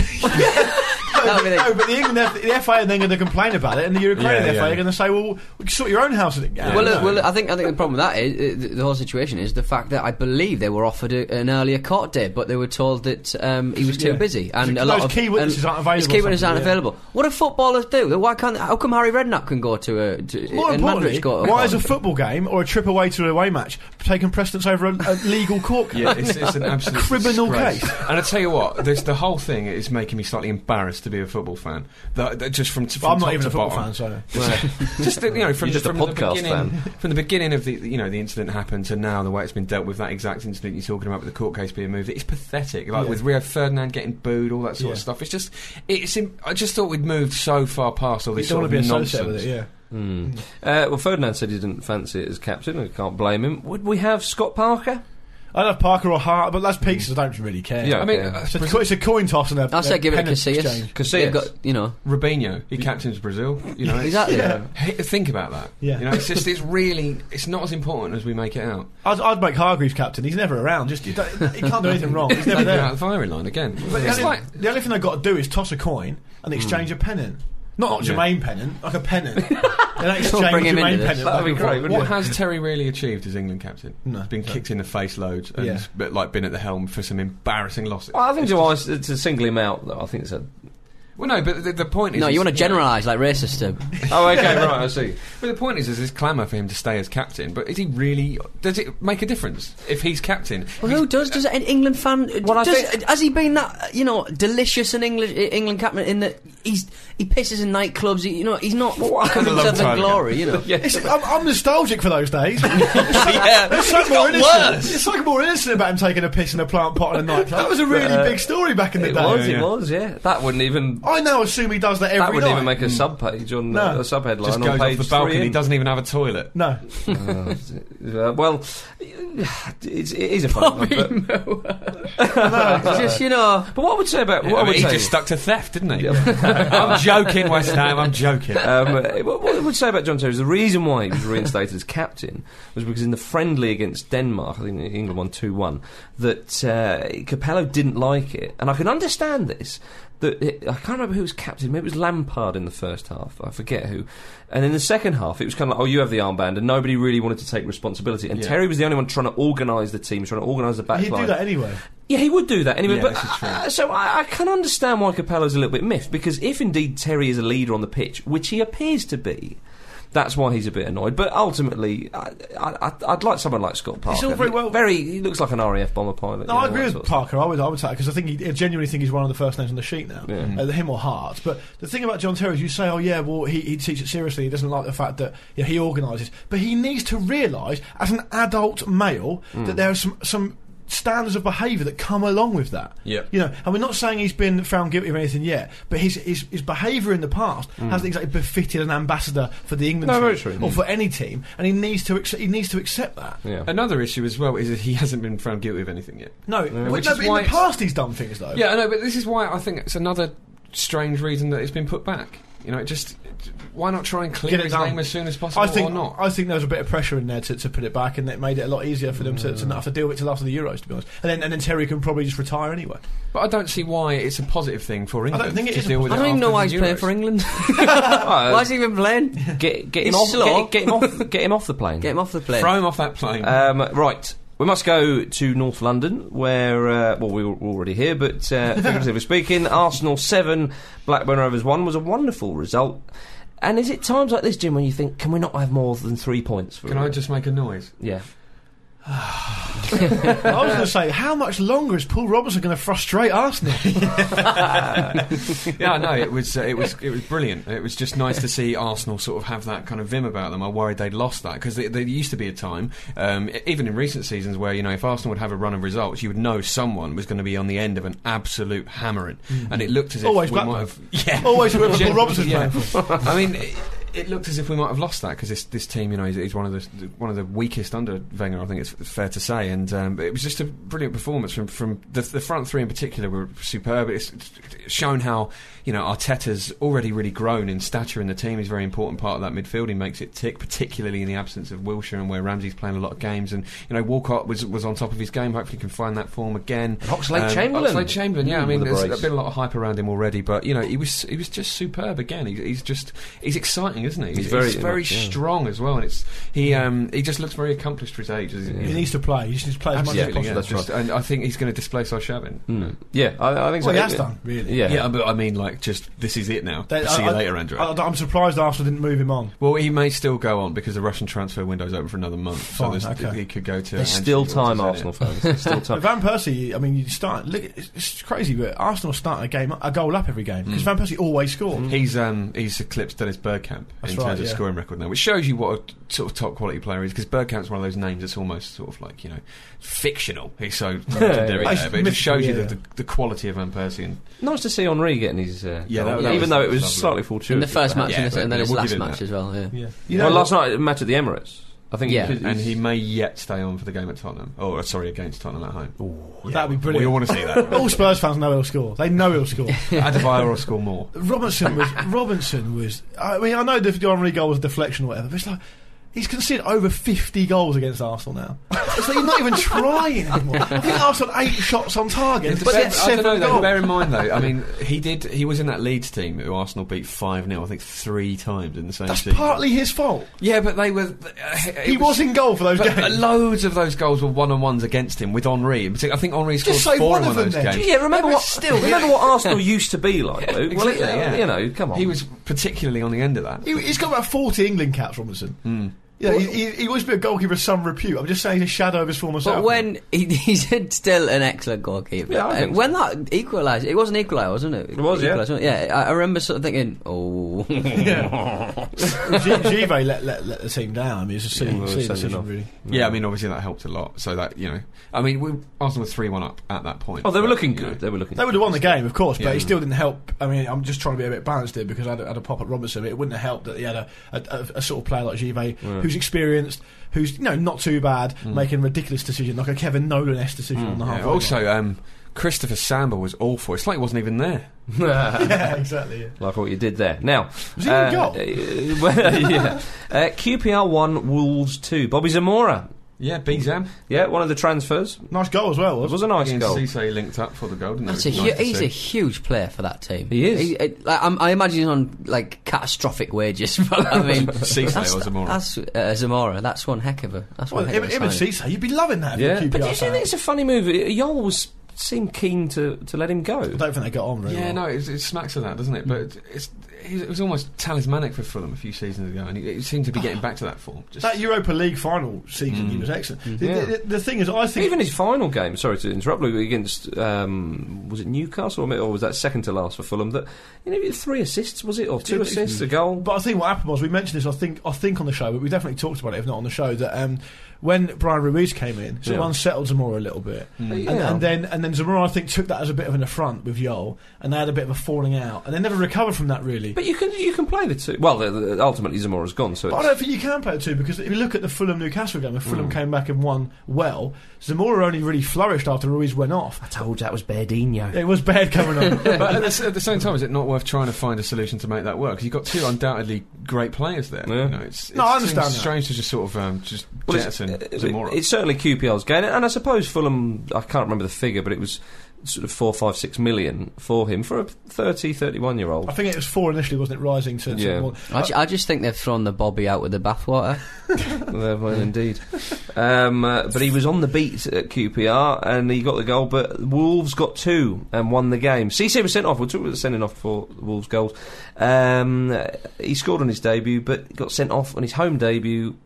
Speaker 4: That'll be the-
Speaker 5: No, but the England, the FA are then going to complain about it, and the Ukrainian
Speaker 6: Yeah,
Speaker 5: FA
Speaker 6: yeah.
Speaker 5: are going to say, "Well, sort your own house out."
Speaker 4: well,
Speaker 5: you
Speaker 4: uh,
Speaker 5: know.
Speaker 4: well, I think I think the problem with that is uh, the, the whole situation is the fact that I believe they were offered a, an earlier court date, but they were told that um, he was too
Speaker 5: Yeah.
Speaker 4: busy and a
Speaker 5: Because
Speaker 4: lot
Speaker 5: those
Speaker 4: of
Speaker 5: key witnesses
Speaker 4: and
Speaker 5: aren't available
Speaker 4: His key
Speaker 5: or
Speaker 4: witnesses
Speaker 5: something,
Speaker 4: aren't
Speaker 5: yeah.
Speaker 4: available. What do footballers do? Why can't? How come Harry Redknapp can go to a? To,
Speaker 5: More
Speaker 4: uh, and
Speaker 5: importantly,
Speaker 4: Mandridge go to
Speaker 5: why is a
Speaker 4: court?
Speaker 5: football game or a trip away to an away match taking precedence over a, a legal court case?
Speaker 6: Yeah, it's, it's an absolute
Speaker 5: criminal
Speaker 6: disgrace.
Speaker 5: case.
Speaker 6: And I tell you what, this the whole thing is making me slightly embarrassed to be a football fan. That, that just from, t-
Speaker 5: Well,
Speaker 6: from
Speaker 5: I'm
Speaker 6: top
Speaker 5: not even
Speaker 6: to
Speaker 5: a football
Speaker 6: bottom.
Speaker 5: fan, so
Speaker 6: just the, you know from,
Speaker 3: You're just a
Speaker 6: from the
Speaker 3: podcast
Speaker 6: beginning
Speaker 3: fan.
Speaker 6: from the beginning of the you know the incident happened to now the way it's been dealt with that exact incident you're talking about with the court case being moved it's pathetic like
Speaker 5: Yeah.
Speaker 6: with Rio Ferdinand getting booed all that sort of
Speaker 5: Yeah.
Speaker 6: stuff it's just it's im- I just thought we'd moved so far past all
Speaker 5: you
Speaker 6: this
Speaker 5: don't
Speaker 6: sort
Speaker 5: want
Speaker 6: of
Speaker 5: to be
Speaker 6: nonsense
Speaker 5: associated with it. Yeah,
Speaker 6: Hmm.
Speaker 3: Mm. Uh, well, Ferdinand said he didn't fancy it as captain. I can't blame him. Would we have Scott Parker?
Speaker 5: I don't have Parker or Hart, but that's peaks. I don't really care.
Speaker 3: Yeah.
Speaker 6: I mean
Speaker 3: Okay.
Speaker 6: uh,
Speaker 5: It's a, co- it's a coin toss and a.
Speaker 4: I
Speaker 5: a
Speaker 4: said give it to
Speaker 5: pennant
Speaker 4: Casillas.
Speaker 5: exchange.
Speaker 3: Casillas.
Speaker 4: They've got you know
Speaker 6: Rubinho he captains Brazil you know it's-
Speaker 4: exactly.
Speaker 6: Hey, Think about that.
Speaker 5: Yeah.
Speaker 6: You know, it's just it's really it's not as important as we make it out.
Speaker 5: I'd, I'd make Hargreaves captain. He's never around. Just you don't- he can't do anything wrong. He's never
Speaker 6: Taking
Speaker 5: there.
Speaker 6: out the firing line again.
Speaker 5: But the,
Speaker 6: it's
Speaker 5: only,
Speaker 6: like
Speaker 5: the only thing I've got to do is toss a coin and exchange a pennant. Not, not
Speaker 6: Yeah.
Speaker 5: Jermaine pennant, like a pennant. and I exchange
Speaker 4: Bring him
Speaker 5: Jermaine
Speaker 4: into this.
Speaker 5: pennant.
Speaker 3: That'd
Speaker 5: back
Speaker 3: be great,
Speaker 5: and forth.
Speaker 3: wouldn't
Speaker 6: What
Speaker 3: Yeah.
Speaker 6: has Terry really achieved as England captain?
Speaker 5: No.
Speaker 6: He's been kicked in the face loads and
Speaker 5: Yeah.
Speaker 6: but like been at the helm for some embarrassing losses.
Speaker 3: Well, I think to, us- to single him out, though, I think it's a.
Speaker 6: Well, no, but the, the point is,
Speaker 4: No, you
Speaker 6: is-
Speaker 4: want to generalise like racist. uh,
Speaker 3: Oh, okay, right, I see.
Speaker 6: But the point is, is this clamour for him to stay as captain? But is he really? Does it make a difference if he's captain?
Speaker 4: Well, who does? Does an England fan? uh,
Speaker 3: Well, I
Speaker 4: does,
Speaker 3: think-
Speaker 4: has he been that uh, you know delicious an English England captain in that he's he pisses in nightclubs? He, you know he's not
Speaker 6: a
Speaker 4: coming
Speaker 6: long
Speaker 4: to the
Speaker 6: time ago.
Speaker 4: glory. You know.
Speaker 5: It's, I'm, I'm nostalgic for those days. It's like more innocent. It's like more innocent about him taking a piss in a plant pot in a nightclub. That was a really
Speaker 3: Uh,
Speaker 5: big story back in the
Speaker 3: It
Speaker 5: day.
Speaker 3: was,
Speaker 6: yeah.
Speaker 3: it was, yeah. That wouldn't even.
Speaker 5: I now assume he does that every
Speaker 3: That wouldn't
Speaker 5: night.
Speaker 3: even make a sub page on
Speaker 5: No.
Speaker 3: uh, a sub headline
Speaker 6: Hmm. Just
Speaker 3: on
Speaker 6: goes off
Speaker 3: page
Speaker 6: the balcony.
Speaker 3: three.
Speaker 6: He doesn't even have a toilet.
Speaker 5: no,
Speaker 3: Uh, well, it's, it is a fun one, but, uh,
Speaker 4: It's just you know.
Speaker 3: but what I would say about
Speaker 6: Yeah,
Speaker 3: what
Speaker 6: I
Speaker 3: I
Speaker 6: mean,
Speaker 3: would
Speaker 6: he
Speaker 3: say,
Speaker 6: just stuck to theft, didn't he? I'm joking, West Ham. I'm joking.
Speaker 3: um, uh, what, what I would say about John Terry is the reason why he was reinstated as captain was because in the friendly against Denmark, I think England won 2 1, that uh, Capello didn't like it. And I can understand this. That it, I can't remember who was captain. Maybe it was Lampard in the first half. I forget who. And in the second half, it was kind of like, oh, you have the armband. And nobody really wanted to take responsibility. And
Speaker 6: Yeah.
Speaker 3: Terry was the only one trying to organise the team, trying to organise the back
Speaker 5: he'd
Speaker 3: line.
Speaker 5: do that anyway.
Speaker 3: Yeah, he would do that anyway.
Speaker 6: Yeah,
Speaker 3: but
Speaker 6: this is true.
Speaker 3: uh, so I, I can understand why Capello's a little bit miffed because if indeed Terry is a leader on the pitch, which he appears to be, That's why he's a bit annoyed. But ultimately, I, I, I'd- I'd like someone like Scott Parker.
Speaker 5: all very well-
Speaker 3: Very, he looks like an RAF bomber pilot.
Speaker 5: No,
Speaker 3: you
Speaker 5: I
Speaker 3: know,
Speaker 5: agree
Speaker 3: that
Speaker 5: with
Speaker 3: sort of stuff.
Speaker 5: Parker. I would, I would say because I think he I genuinely think he's one of the first names on the sheet now,
Speaker 3: Yeah.
Speaker 5: Uh, him or Hart. But the thing about John Terry is, you say, oh yeah, well he, he takes it seriously. He doesn't like the fact that you know, he organises, but he needs to realise as an adult male
Speaker 3: Hmm.
Speaker 5: that there are some some standards of behaviour that come along with that.
Speaker 6: Yeah.
Speaker 5: you know, and we're not saying he's been found guilty of anything yet, but his his, his behaviour in the past hasn't exactly befitted an ambassador for the England
Speaker 3: Hmm. No, very
Speaker 5: team
Speaker 3: true. Hmm.
Speaker 5: or for any team, and he needs to accept, he needs to accept that.
Speaker 3: Yeah.
Speaker 6: Another issue as well is that he hasn't been found guilty of anything yet.
Speaker 5: No, but,
Speaker 6: Which
Speaker 5: no,
Speaker 6: is
Speaker 5: but
Speaker 6: why
Speaker 5: in the
Speaker 6: it's-
Speaker 5: past he's done things though.
Speaker 6: Yeah, I know, but this is why I think it's another strange reason that it's been put back. You know, it just why not try and clear
Speaker 5: Get
Speaker 6: his
Speaker 5: it done.
Speaker 6: name as soon as possible
Speaker 5: I think
Speaker 6: or not?
Speaker 5: I think there was a bit of pressure in there to, to put it back, and it made it a lot easier for them to, to not have to deal with it till after the Euros, to be honest. And then and then Terry can probably just retire anyway.
Speaker 6: but I don't see why it's a positive thing for England.
Speaker 5: think it
Speaker 6: to
Speaker 5: is a
Speaker 6: deal with
Speaker 4: I don't
Speaker 6: it
Speaker 4: even know
Speaker 6: after
Speaker 4: why
Speaker 6: the
Speaker 4: he's playing
Speaker 6: Euros.
Speaker 4: for England.
Speaker 3: Uh,
Speaker 4: Why's he even playing?
Speaker 3: get, get him
Speaker 4: He's
Speaker 3: off,
Speaker 4: slow.
Speaker 3: get, get him off. Get him off the plane.
Speaker 4: Get him off the plane.
Speaker 6: Throw him off that plane.
Speaker 4: Uh,
Speaker 3: Um, right. We must go to North London, where, uh, well, we were already here, but uh, figuratively speaking, Arsenal 7, Blackburn Rovers 1 was a wonderful result. And is it times like this, Jim, when you think, can we not have more than three points? For
Speaker 6: Can I just make a noise?
Speaker 3: Yeah.
Speaker 5: I was going to say, how much longer is Paul Robertson going to frustrate Arsenal?
Speaker 6: yeah, no, it was uh, it was it was brilliant. It was just nice to see Arsenal sort of have that kind of vim about them. I worried they'd lost that because there used to be a time, um, e- even in recent seasons, where you know if Arsenal would have a run of results, you would know someone was going to be on the end of an absolute hammering, and it looked as if
Speaker 5: Mm. Always
Speaker 6: we
Speaker 5: Blackburn.
Speaker 6: might have yeah
Speaker 5: Always whoever Paul Robertson's
Speaker 6: yeah.
Speaker 5: playing for.
Speaker 6: I mean. It, it looked as if we might have lost that because this this team, you know, is, is one of the one of the weakest under Wenger. I think it's fair to say, and um, it was just a brilliant performance from from the, the front three in particular were superb. It's it's shown how you know Arteta's already really grown in stature in the team. He's a very important part of that midfield. He makes it tick, particularly in the absence of Wilshire and where Ramsey's playing a lot of games. And you know Walcott was was on top of his game. Hopefully, can find that form again. Um,
Speaker 3: Oxlade-Chamberlain.
Speaker 6: Oxlade-Chamberlain, Yeah, I
Speaker 3: Mm,
Speaker 6: mean,
Speaker 3: with a
Speaker 6: there's
Speaker 3: brace.
Speaker 6: been a lot of hype around him already, but you know, he was he was just superb again. He, he's just he's exciting, isn't he? He's,
Speaker 3: very-
Speaker 6: he's very
Speaker 3: yeah.
Speaker 6: strong as well, and it's he um he just looks very accomplished for his age. doesn't
Speaker 5: He
Speaker 6: He?
Speaker 5: needs to play. He just needs to play as much as
Speaker 6: Absolutely,
Speaker 5: possible.
Speaker 6: yeah,
Speaker 3: that's
Speaker 6: just- and I think he's going to displace our Shavin.
Speaker 3: Mm. Yeah, I, I think so.
Speaker 5: Well, he has done, really.
Speaker 3: Yeah.
Speaker 6: Yeah, but I mean, like, just this is it now.
Speaker 5: They-
Speaker 6: See
Speaker 5: I-
Speaker 6: you
Speaker 5: I-
Speaker 6: later, Andrew.
Speaker 5: I, am surprised Arsenal didn't move him on.
Speaker 6: well, he may still go on because the Russian transfer window's open for another month,
Speaker 5: Fine,
Speaker 6: so there's-
Speaker 5: okay.
Speaker 6: he could go to.
Speaker 3: There's
Speaker 6: Anfield
Speaker 3: still
Speaker 6: or
Speaker 3: time,
Speaker 6: something,
Speaker 3: Arsenal
Speaker 6: yeah.
Speaker 3: fans. There's still
Speaker 5: But
Speaker 3: time.
Speaker 5: Van Persie, I mean, you start. Look, it's, it's crazy, but Arsenal start a game a goal up every game because
Speaker 6: Hmm.
Speaker 5: Van Persie always scored.
Speaker 6: He's um he's eclipsed Dennis Bergkamp
Speaker 5: That's
Speaker 6: in
Speaker 5: right,
Speaker 6: terms of
Speaker 5: yeah.
Speaker 6: scoring record now, which shows you what a sort of top quality player he is. Because Bergkamp's one of those names that's almost sort of like you know fictional. He's so legendary
Speaker 5: yeah.
Speaker 6: there, but it just shows you
Speaker 5: Yeah.
Speaker 6: the, the, the quality of Van Persie. And,
Speaker 3: Nice to see Henri getting his. Uh,
Speaker 6: Yeah,
Speaker 3: goal,
Speaker 6: that- that
Speaker 3: even
Speaker 6: was
Speaker 3: though it was
Speaker 6: lovely.
Speaker 3: slightly fortuitous.
Speaker 4: In the first match
Speaker 3: perhaps.
Speaker 6: Yeah,
Speaker 4: and, his,
Speaker 6: but,
Speaker 4: and then
Speaker 6: yeah,
Speaker 4: his
Speaker 6: we'll give
Speaker 4: last
Speaker 6: him
Speaker 4: match
Speaker 6: that.
Speaker 4: as well. Yeah.
Speaker 5: Yeah.
Speaker 3: well, last night a match at the Emirates. I think.
Speaker 4: Yeah.
Speaker 3: he,
Speaker 6: and he may yet stay on for the game at Tottenham. Oh, sorry, against Tottenham at home. Yeah,
Speaker 5: That'd be
Speaker 6: We
Speaker 5: brilliant.
Speaker 6: all want to see that.
Speaker 5: All Spurs fans know he'll score. They know he'll score.
Speaker 6: Adebayor will score more.
Speaker 5: Robinson was Robinson was. I mean, I know the Henry goal was a deflection or whatever, but it's like he's conceded over fifty goals against Arsenal now. It's like he's not even trying anymore. I think Arsenal had eight shots on target, but
Speaker 6: Bear-
Speaker 5: yet
Speaker 6: I don't
Speaker 5: seven
Speaker 6: know, though,
Speaker 5: goals.
Speaker 6: bear in mind though, I mean, he did. He was in that Leeds team who Arsenal beat five 0 I think three times in the same
Speaker 5: That's
Speaker 6: season.
Speaker 5: partly his fault.
Speaker 6: Yeah, but they were. it
Speaker 5: He was in goal for those
Speaker 6: But, uh,
Speaker 5: games.
Speaker 6: loads of those goals were one on ones against him with Henri. In particular, I think Henri scored
Speaker 5: Just say
Speaker 6: four
Speaker 5: one
Speaker 6: in
Speaker 5: of
Speaker 6: one of
Speaker 5: them
Speaker 6: those
Speaker 5: then.
Speaker 6: games.
Speaker 3: yeah, remember
Speaker 5: but
Speaker 3: what?
Speaker 5: still,
Speaker 3: remember what Arsenal used to be like, Luke. well,
Speaker 6: Exactly,
Speaker 3: it-
Speaker 6: yeah.
Speaker 3: you know, come on.
Speaker 6: He was particularly on the end of that.
Speaker 5: He, he's got about forty England caps, Robinson.
Speaker 6: Hmm.
Speaker 5: Yeah, he, he, he always been a goalkeeper of some repute. I'm just saying he's a shadow of his former self.
Speaker 4: But when he, he's still an excellent goalkeeper.
Speaker 3: Yeah, I
Speaker 4: And
Speaker 3: think so.
Speaker 4: when that equalised, it wasn't equalised, wasn't it? It
Speaker 3: was, yeah.
Speaker 4: Equalised, wasn't it? Yeah, I, I remember sort of thinking, oh,
Speaker 5: G- Give let, let let the team down. I mean, it's a silly,
Speaker 3: Yeah, well,
Speaker 5: silly
Speaker 3: sadly
Speaker 5: decision,
Speaker 3: enough.
Speaker 5: really.
Speaker 6: Yeah, I mean, obviously that helped a lot. So that you know, I mean, we Arsenal were three one up at that point.
Speaker 3: Oh, they were
Speaker 6: But,
Speaker 3: looking
Speaker 6: you know,
Speaker 3: good. They were looking.
Speaker 5: They would have won the game, of course, but
Speaker 6: Yeah.
Speaker 5: it still didn't help. I mean, I'm just trying to be a bit balanced here because I had a, had a pop at Robertson. It wouldn't have helped that he had a, a, a, a sort of player like Givet, who's experienced, who's you know not too bad,
Speaker 3: Mm.
Speaker 5: making a ridiculous decision like a Kevin Nolan esque decision on the
Speaker 6: Yeah,
Speaker 5: half.
Speaker 6: also, um, Christopher Samba was awful. It's like he wasn't even there.
Speaker 5: yeah, exactly. Yeah.
Speaker 3: like what you did there. Now,
Speaker 5: Was he in
Speaker 3: uh,
Speaker 5: goal?
Speaker 3: uh, well, yeah. Uh, QPR one, Wolves two. Bobby Zamora.
Speaker 6: Yeah, Bizam.
Speaker 3: Yeah, one of the transfers.
Speaker 5: Nice goal as well.
Speaker 3: It
Speaker 5: Was
Speaker 3: was a nice
Speaker 6: He and
Speaker 3: goal.
Speaker 6: Cisse linked up for the goal, didn't they?
Speaker 4: that's a
Speaker 6: Which
Speaker 4: hu-
Speaker 6: was nice to
Speaker 4: he's
Speaker 6: see.
Speaker 4: a huge player for that team.
Speaker 3: He is.
Speaker 4: it- like, I'm, I imagine he's on like catastrophic wages. But I mean,
Speaker 6: Cisse
Speaker 4: that's-
Speaker 6: or Zamora?
Speaker 4: That's uh, Zamora. That's one heck of a. That's
Speaker 5: well,
Speaker 4: one heck
Speaker 5: him,
Speaker 4: of a
Speaker 5: him and
Speaker 4: signing.
Speaker 5: Cisse, you'd be loving that. if you're
Speaker 3: Yeah,
Speaker 5: a
Speaker 3: but do
Speaker 5: QPR
Speaker 3: you
Speaker 5: fan.
Speaker 3: think it's a funny move? Yol was seemed keen to, to let him go.
Speaker 5: I don't think they got on very
Speaker 6: Yeah,
Speaker 5: well.
Speaker 6: no, it, it smacks of that, doesn't it? But it's he was- it was almost talismanic for Fulham a few seasons ago, and he, it seemed to be getting back to that form. Just
Speaker 5: That Europa League final season, he was excellent. The,
Speaker 3: Mm. Yeah.
Speaker 5: the- the thing is, I think
Speaker 3: Even his final game, sorry to interrupt, Luke, against um, was it Newcastle or was that second to last for Fulham? That you know, three assists was it or two
Speaker 5: It's-
Speaker 3: assists, a goal?
Speaker 5: But I think what happened was we mentioned this. I think I think on the show, but we definitely talked about it, if not on the show, that um, when Brian Ruiz came in, sort
Speaker 3: Yeah. Mm.
Speaker 5: of unsettled Zamora a little bit, and,
Speaker 3: Yeah.
Speaker 5: and then and then Zamora I think took that as a bit of an affront with Yol, and they had a bit of a falling out, and they never recovered from that really.
Speaker 3: But you can you can play the two. Well, the, the, ultimately Zamora's gone, so
Speaker 5: But I
Speaker 3: it's,
Speaker 5: don't think you can play the two because if you look at the Fulham Newcastle game, when
Speaker 3: Mm.
Speaker 5: Fulham came back and won well, Zamora only really flourished after Ruiz went off.
Speaker 3: I told you that was Berdino.
Speaker 5: It was bad coming on.
Speaker 6: but at the, s- at the same time, is it not worth trying to find a solution to make that work? 'Cause you've got two undoubtedly great players there.
Speaker 3: Yeah.
Speaker 6: You know, it's,
Speaker 5: No, I
Speaker 6: it
Speaker 5: understand
Speaker 6: seems
Speaker 5: that.
Speaker 6: Strange to just sort of um, just
Speaker 3: Well, it's,
Speaker 6: jettison
Speaker 3: uh,
Speaker 6: Zamora.
Speaker 3: it's certainly QPR's gain, and I suppose Fulham. I can't remember the figure, but it was sort of four, five, six million for him for a 30, 31 year
Speaker 5: I
Speaker 3: old.
Speaker 5: think it was four initially, wasn't it? Rising to, to
Speaker 3: Yeah.
Speaker 5: one.
Speaker 4: I, ju- I just think they've thrown the Bobby out with the bathwater.
Speaker 3: well, indeed. Um, uh, but he was on the beat at QPR, and he got the goal. But Wolves got two and won the game. CC was sent off. We'll talk about the sending off for the Wolves goals. Um, uh, he scored on his debut, but got sent off on his home debut.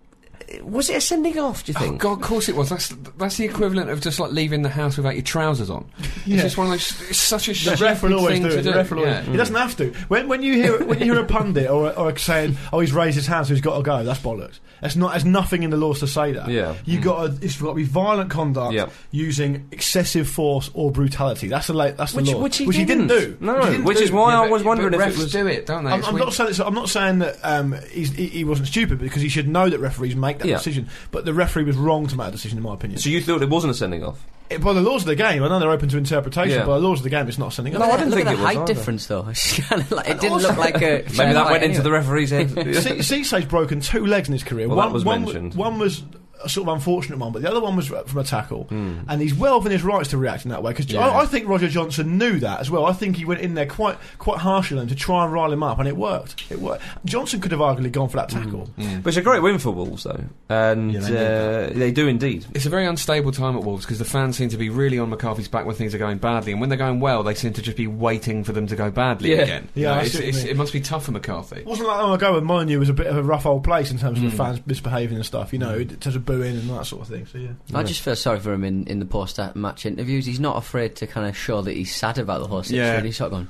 Speaker 3: Was it a sending off? Do you
Speaker 6: Oh
Speaker 3: think?
Speaker 6: God, of course it was. That's that's the equivalent of just like leaving the house without your trousers on.
Speaker 5: Yeah.
Speaker 6: It's just one of those. It's such a
Speaker 5: The
Speaker 6: stupid
Speaker 5: ref will always
Speaker 6: thing
Speaker 5: do
Speaker 6: to
Speaker 5: it.
Speaker 6: do.
Speaker 5: The ref will always.
Speaker 6: Yeah.
Speaker 5: He doesn't have to. When, when you hear when you hear a pundit or or saying, "Oh, he's raised his hand, so he's got to go," that's bollocks. That's not. There's nothing in the laws to say that.
Speaker 3: Yeah. Mm.
Speaker 5: You got. To, it's got to be violent conduct
Speaker 3: Yeah.
Speaker 5: using excessive force or brutality. That's the la- that's
Speaker 3: Which-
Speaker 5: the law.
Speaker 3: which he
Speaker 5: do.
Speaker 3: didn't. No,
Speaker 5: Which he didn't
Speaker 3: which
Speaker 5: do.
Speaker 3: is why I
Speaker 6: but-
Speaker 3: was wondering
Speaker 6: but
Speaker 3: if it
Speaker 6: refs
Speaker 3: was-
Speaker 6: do it, don't they?
Speaker 5: I'm,
Speaker 6: It's
Speaker 5: I'm
Speaker 6: weird.
Speaker 5: not saying this, I'm not saying that um, he's, he, he wasn't stupid because he should know that referees make that
Speaker 3: Yeah.
Speaker 5: decision. But the referee was wrong to make that decision, in my opinion.
Speaker 3: So you thought it wasn't a sending off?
Speaker 5: It- by the laws of the game, I know they're open to interpretation.
Speaker 3: Yeah.
Speaker 5: By the laws of the game, it's not something.
Speaker 3: No, I didn't
Speaker 4: look
Speaker 3: think
Speaker 4: at
Speaker 3: it
Speaker 4: the
Speaker 3: was
Speaker 4: height
Speaker 3: either.
Speaker 4: difference, though. It's kinda like- it didn't look like a.
Speaker 3: Maybe that went into the referee's head.
Speaker 5: C- Cissé's broken two legs in his career.
Speaker 3: Well,
Speaker 5: one,
Speaker 3: that was
Speaker 5: one,
Speaker 3: mentioned.
Speaker 5: One was a sort of unfortunate one, but the other one was uh, from a tackle.
Speaker 3: Hmm.
Speaker 5: And he's well within his rights to react in that way because I, I think Roger Johnson knew that as well. I think he went in there quite quite harshly on him to try and rile him up, and it worked. It worked. Johnson could have arguably gone for that
Speaker 3: Hmm.
Speaker 5: tackle.
Speaker 3: But it's a great win for Wolves, though, and
Speaker 6: Yeah, they need
Speaker 3: uh, they do indeed.
Speaker 6: It's a very unstable time at Wolves because the fans seem to be really on McCarthy's back when things are going badly, and when they're going well, they seem to just be waiting for them to go badly
Speaker 3: Yeah.
Speaker 6: again. You
Speaker 5: Yeah,
Speaker 6: know,
Speaker 5: I see
Speaker 6: it's,
Speaker 5: what you
Speaker 6: it's,
Speaker 5: mean.
Speaker 6: it must be tough for McCarthy.
Speaker 5: It wasn't that long ago when Molyneux was a bit of a rough old place in terms
Speaker 3: Hmm.
Speaker 5: of the fans misbehaving and stuff, you know, in terms of booing and that sort of thing. So, yeah.
Speaker 4: I just feel sorry for him in, in the post match interviews. He's not afraid to kind of show that he's sad about the whole situation.
Speaker 6: Yeah.
Speaker 4: He's sort of going,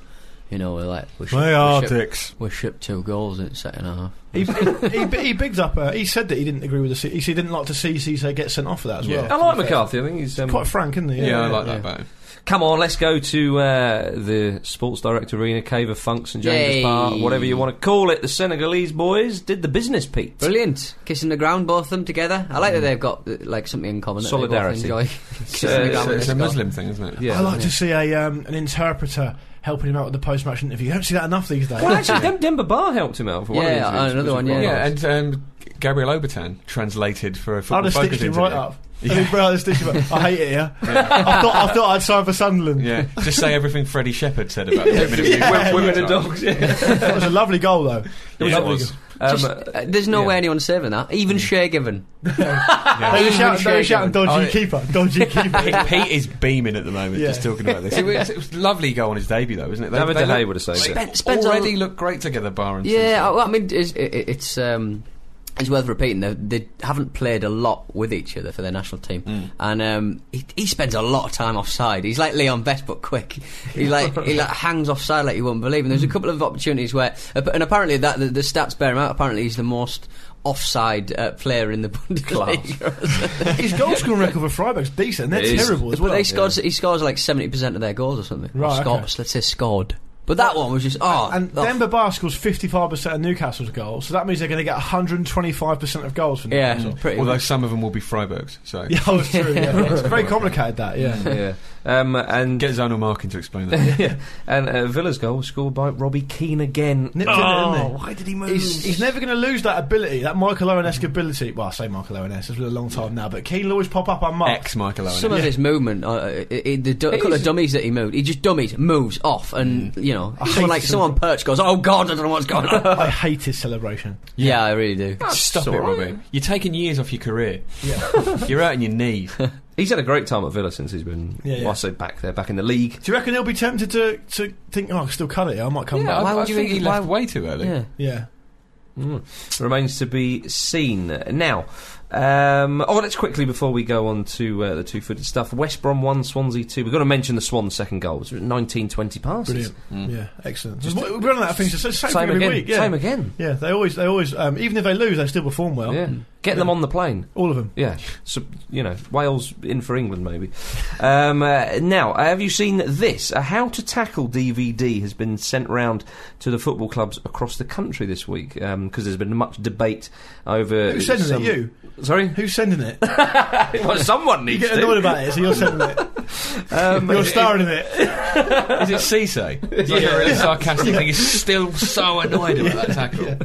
Speaker 4: you know, we're like, we
Speaker 6: They
Speaker 4: are
Speaker 6: are
Speaker 4: shipped,
Speaker 6: dicks.
Speaker 4: we shipped two goals in the second half.
Speaker 5: He, he, he, bi- he bigged up. Uh, he said that he didn't agree with the. C- he said he didn't like to see Cisse get sent off for that as
Speaker 6: Yeah.
Speaker 5: well.
Speaker 3: I like McCarthy. I think he's um,
Speaker 5: Quite frank, isn't he?
Speaker 6: Yeah, I like that about him.
Speaker 3: Come on, let's go to uh, the Sports Direct Arena, Cave of Funks and James's
Speaker 4: Yay.
Speaker 3: Park, whatever you want to call it. The Senegalese boys did the business, Pete.
Speaker 4: Brilliant. Kissing the ground, both of them together. I
Speaker 5: Mm.
Speaker 4: like that they've got uh, like something in common. That they both
Speaker 3: Solidarity.
Speaker 4: enjoy kissing
Speaker 3: uh,
Speaker 4: the ground.
Speaker 6: It's, a-
Speaker 4: when
Speaker 6: it's
Speaker 4: they
Speaker 6: a
Speaker 4: score.
Speaker 6: Muslim thing, isn't it?
Speaker 3: Yeah.
Speaker 5: I like to see a um, an interpreter helping him out with the post-match interview. You don't see that enough these days.
Speaker 3: Well, actually, Dem- Denver Bar helped him out for one of the
Speaker 4: Yeah,
Speaker 3: interviews,
Speaker 4: another
Speaker 3: which was
Speaker 4: one,
Speaker 3: quite
Speaker 4: yeah.
Speaker 3: nice.
Speaker 6: Yeah, and um, Gabriel Obertan translated for a
Speaker 5: I'd
Speaker 6: football
Speaker 5: have
Speaker 6: focus
Speaker 5: stitched him
Speaker 6: interview.
Speaker 5: right up. I mean, bro, I'd have stitched him up. I hate it here. I thought I thought I'd sign for Sunderland.
Speaker 6: Yeah, just say everything Freddie Shepherd said about the women, of
Speaker 3: Yeah,
Speaker 6: Europe.
Speaker 3: women and dogs. Yeah.
Speaker 5: That was a lovely goal though.
Speaker 6: Yeah, it
Speaker 5: Lovely
Speaker 6: was.
Speaker 5: goal.
Speaker 3: Um,
Speaker 4: Just, uh, there's no
Speaker 3: yeah.
Speaker 4: way anyone's saving that. Even Shea Given.
Speaker 5: Mm. They were shouting, they were shouting, "Dodgy
Speaker 6: Oh,
Speaker 5: keeper, dodgy keeper."
Speaker 6: Pete, Pete is beaming at the moment
Speaker 5: Yeah.
Speaker 6: just talking about this. It was, it was a lovely goal on his debut, though, isn't it?
Speaker 3: David De Gea
Speaker 6: look-
Speaker 3: would have saved it.
Speaker 4: Spen- Spencer-
Speaker 6: already look great together, Bar and
Speaker 4: Yeah,
Speaker 6: Simpson.
Speaker 4: I, I mean, it's, it, it- it's um, it's worth repeating. They, they haven't played a lot with each other for their national team,
Speaker 5: Hmm.
Speaker 4: and um, he, he spends a lot of time offside. He's like Leon Best, but quick. He like he like hangs offside like you wouldn't believe. And there's a
Speaker 5: Hmm.
Speaker 4: couple of opportunities where, uh, and apparently that the, the stats bear him out. Apparently he's the most offside uh, player in the Bundesliga.
Speaker 5: His goal scoring record for Freiburg's decent. They're
Speaker 3: It is.
Speaker 5: terrible as
Speaker 4: but
Speaker 5: well.
Speaker 4: they scored, he scores like seventy percent of their goals or something. Or
Speaker 5: Right, okay.
Speaker 4: scores, let's say scored. But that one was just oh,
Speaker 5: And
Speaker 4: oh,
Speaker 5: Denver Bar scores 55% of Newcastle's goals, so that means they're going to get 125% of goals from
Speaker 4: yeah,
Speaker 5: Newcastle.
Speaker 4: pretty
Speaker 6: Although some of them will be Freiburg's, so
Speaker 5: Yeah, that's true. Yeah. It's very complicated, that, yeah.
Speaker 3: Yeah. Um, and
Speaker 6: get Zonal Markin to explain that.
Speaker 3: yeah. and uh, Villa's goal was scored by Robbie Keane again.
Speaker 5: Nipped it,
Speaker 3: oh,
Speaker 5: didn't he?
Speaker 3: why did he move?
Speaker 5: He's, he's never going to lose that ability, that Michael Owen-esque ability. Well, I say Michael Owen-esque, it's been a long time now, but Keane will always pop up unmarked.
Speaker 6: Ex Michael Owen.
Speaker 4: Some of his movement, uh, uh, i- i- the du- couple of dummies that he moved, he just dummies, moves off, and
Speaker 6: Hmm.
Speaker 4: you know,
Speaker 5: hate
Speaker 4: someone like
Speaker 5: to-
Speaker 4: someone perched goes, "Oh God, I don't know what's going on."
Speaker 5: I hate his celebration.
Speaker 4: yeah, I really do.
Speaker 6: Oh, Stop it, Robbie. You're taking years off your career.
Speaker 5: Yeah.
Speaker 6: You're out on your knees.
Speaker 3: He's had a great time at Villa since he's been.
Speaker 5: Yeah, yeah.
Speaker 3: well, I say back there, back in the league.
Speaker 5: Do you reckon he'll be tempted to, to think, oh, I can still cut it, I might come
Speaker 6: Yeah,
Speaker 5: back?
Speaker 6: I,
Speaker 4: Why
Speaker 6: I
Speaker 4: would you
Speaker 6: think he
Speaker 4: think- why-
Speaker 6: left way too early.
Speaker 4: Yeah.
Speaker 5: Yeah. Mm.
Speaker 3: Remains to be seen. Now, um, oh, let's quickly before we go on to uh, the two-footed stuff. West Brom one, Swansea two. We've got to mention the Swan's second goal. It was 19-20 passes.
Speaker 5: Brilliant. Yeah, excellent. Just, we're running out of things. It's the same,
Speaker 3: Same
Speaker 5: thing every
Speaker 3: again.
Speaker 5: week. Yeah.
Speaker 3: Same again.
Speaker 5: Yeah, they always, they always, um, even if they lose, they still perform well.
Speaker 3: Yeah. Get them on the plane.
Speaker 5: All of them.
Speaker 3: Yeah, so you know Wales in for England maybe. Um, uh, now, uh, have you seen this? A how to tackle DVD has been sent round to the football clubs across the country this week because there's been much debate over.
Speaker 5: Who's sending
Speaker 3: some-
Speaker 5: it? You?
Speaker 3: Sorry,
Speaker 5: Who's sending it?
Speaker 3: well, someone
Speaker 5: You
Speaker 3: needs
Speaker 5: get
Speaker 3: to.
Speaker 5: annoyed about it, so you're sending it. you're starring in it.
Speaker 6: Is it Cisse? It's like a really sarcastic thing. He's still so annoyed about that tackle.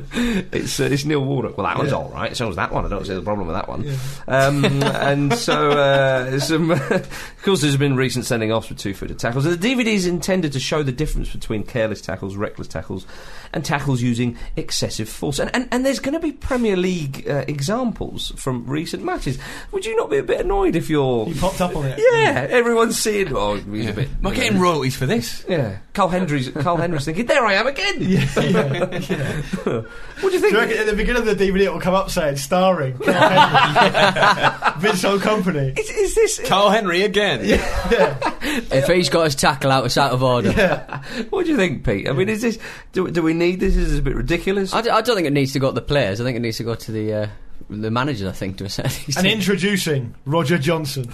Speaker 3: It's uh, it's Neil Warnock. Well, that one's all right. So is that one. I don't see the problem with that one. Um, and so, uh, some, of course, there's been recent sending offs with two-footed tackles. And the DVD is intended to show the difference between careless tackles, reckless tackles, and tackles using excessive force. And and, and there's going to be Premier League uh, examples from recent matches. Would you not be a bit annoyed if you're?
Speaker 5: You popped up on it.
Speaker 3: Yeah, everyone's seeing. Oh, he's a bit.
Speaker 6: Am I getting royalties for this?
Speaker 3: Yeah, Carl Hendry's Carl Hendry's thinking, "There I am again." what do you
Speaker 5: Do you
Speaker 3: think?
Speaker 5: reckon at the beginning of the DVD it will come up saying starring Carl Henry, Vince Company?
Speaker 3: Is, is this
Speaker 6: Carl Henry again.
Speaker 4: If he's got his tackle out, it's out of order.
Speaker 3: What do you think, Pete? I mean, is this do, do we need this? Is this a bit ridiculous?
Speaker 4: I, d- I don't think it needs to go to the players. I think it needs to go to the uh, the managers. I think to a certain
Speaker 5: And
Speaker 4: extent.
Speaker 5: introducing Roger Johnson.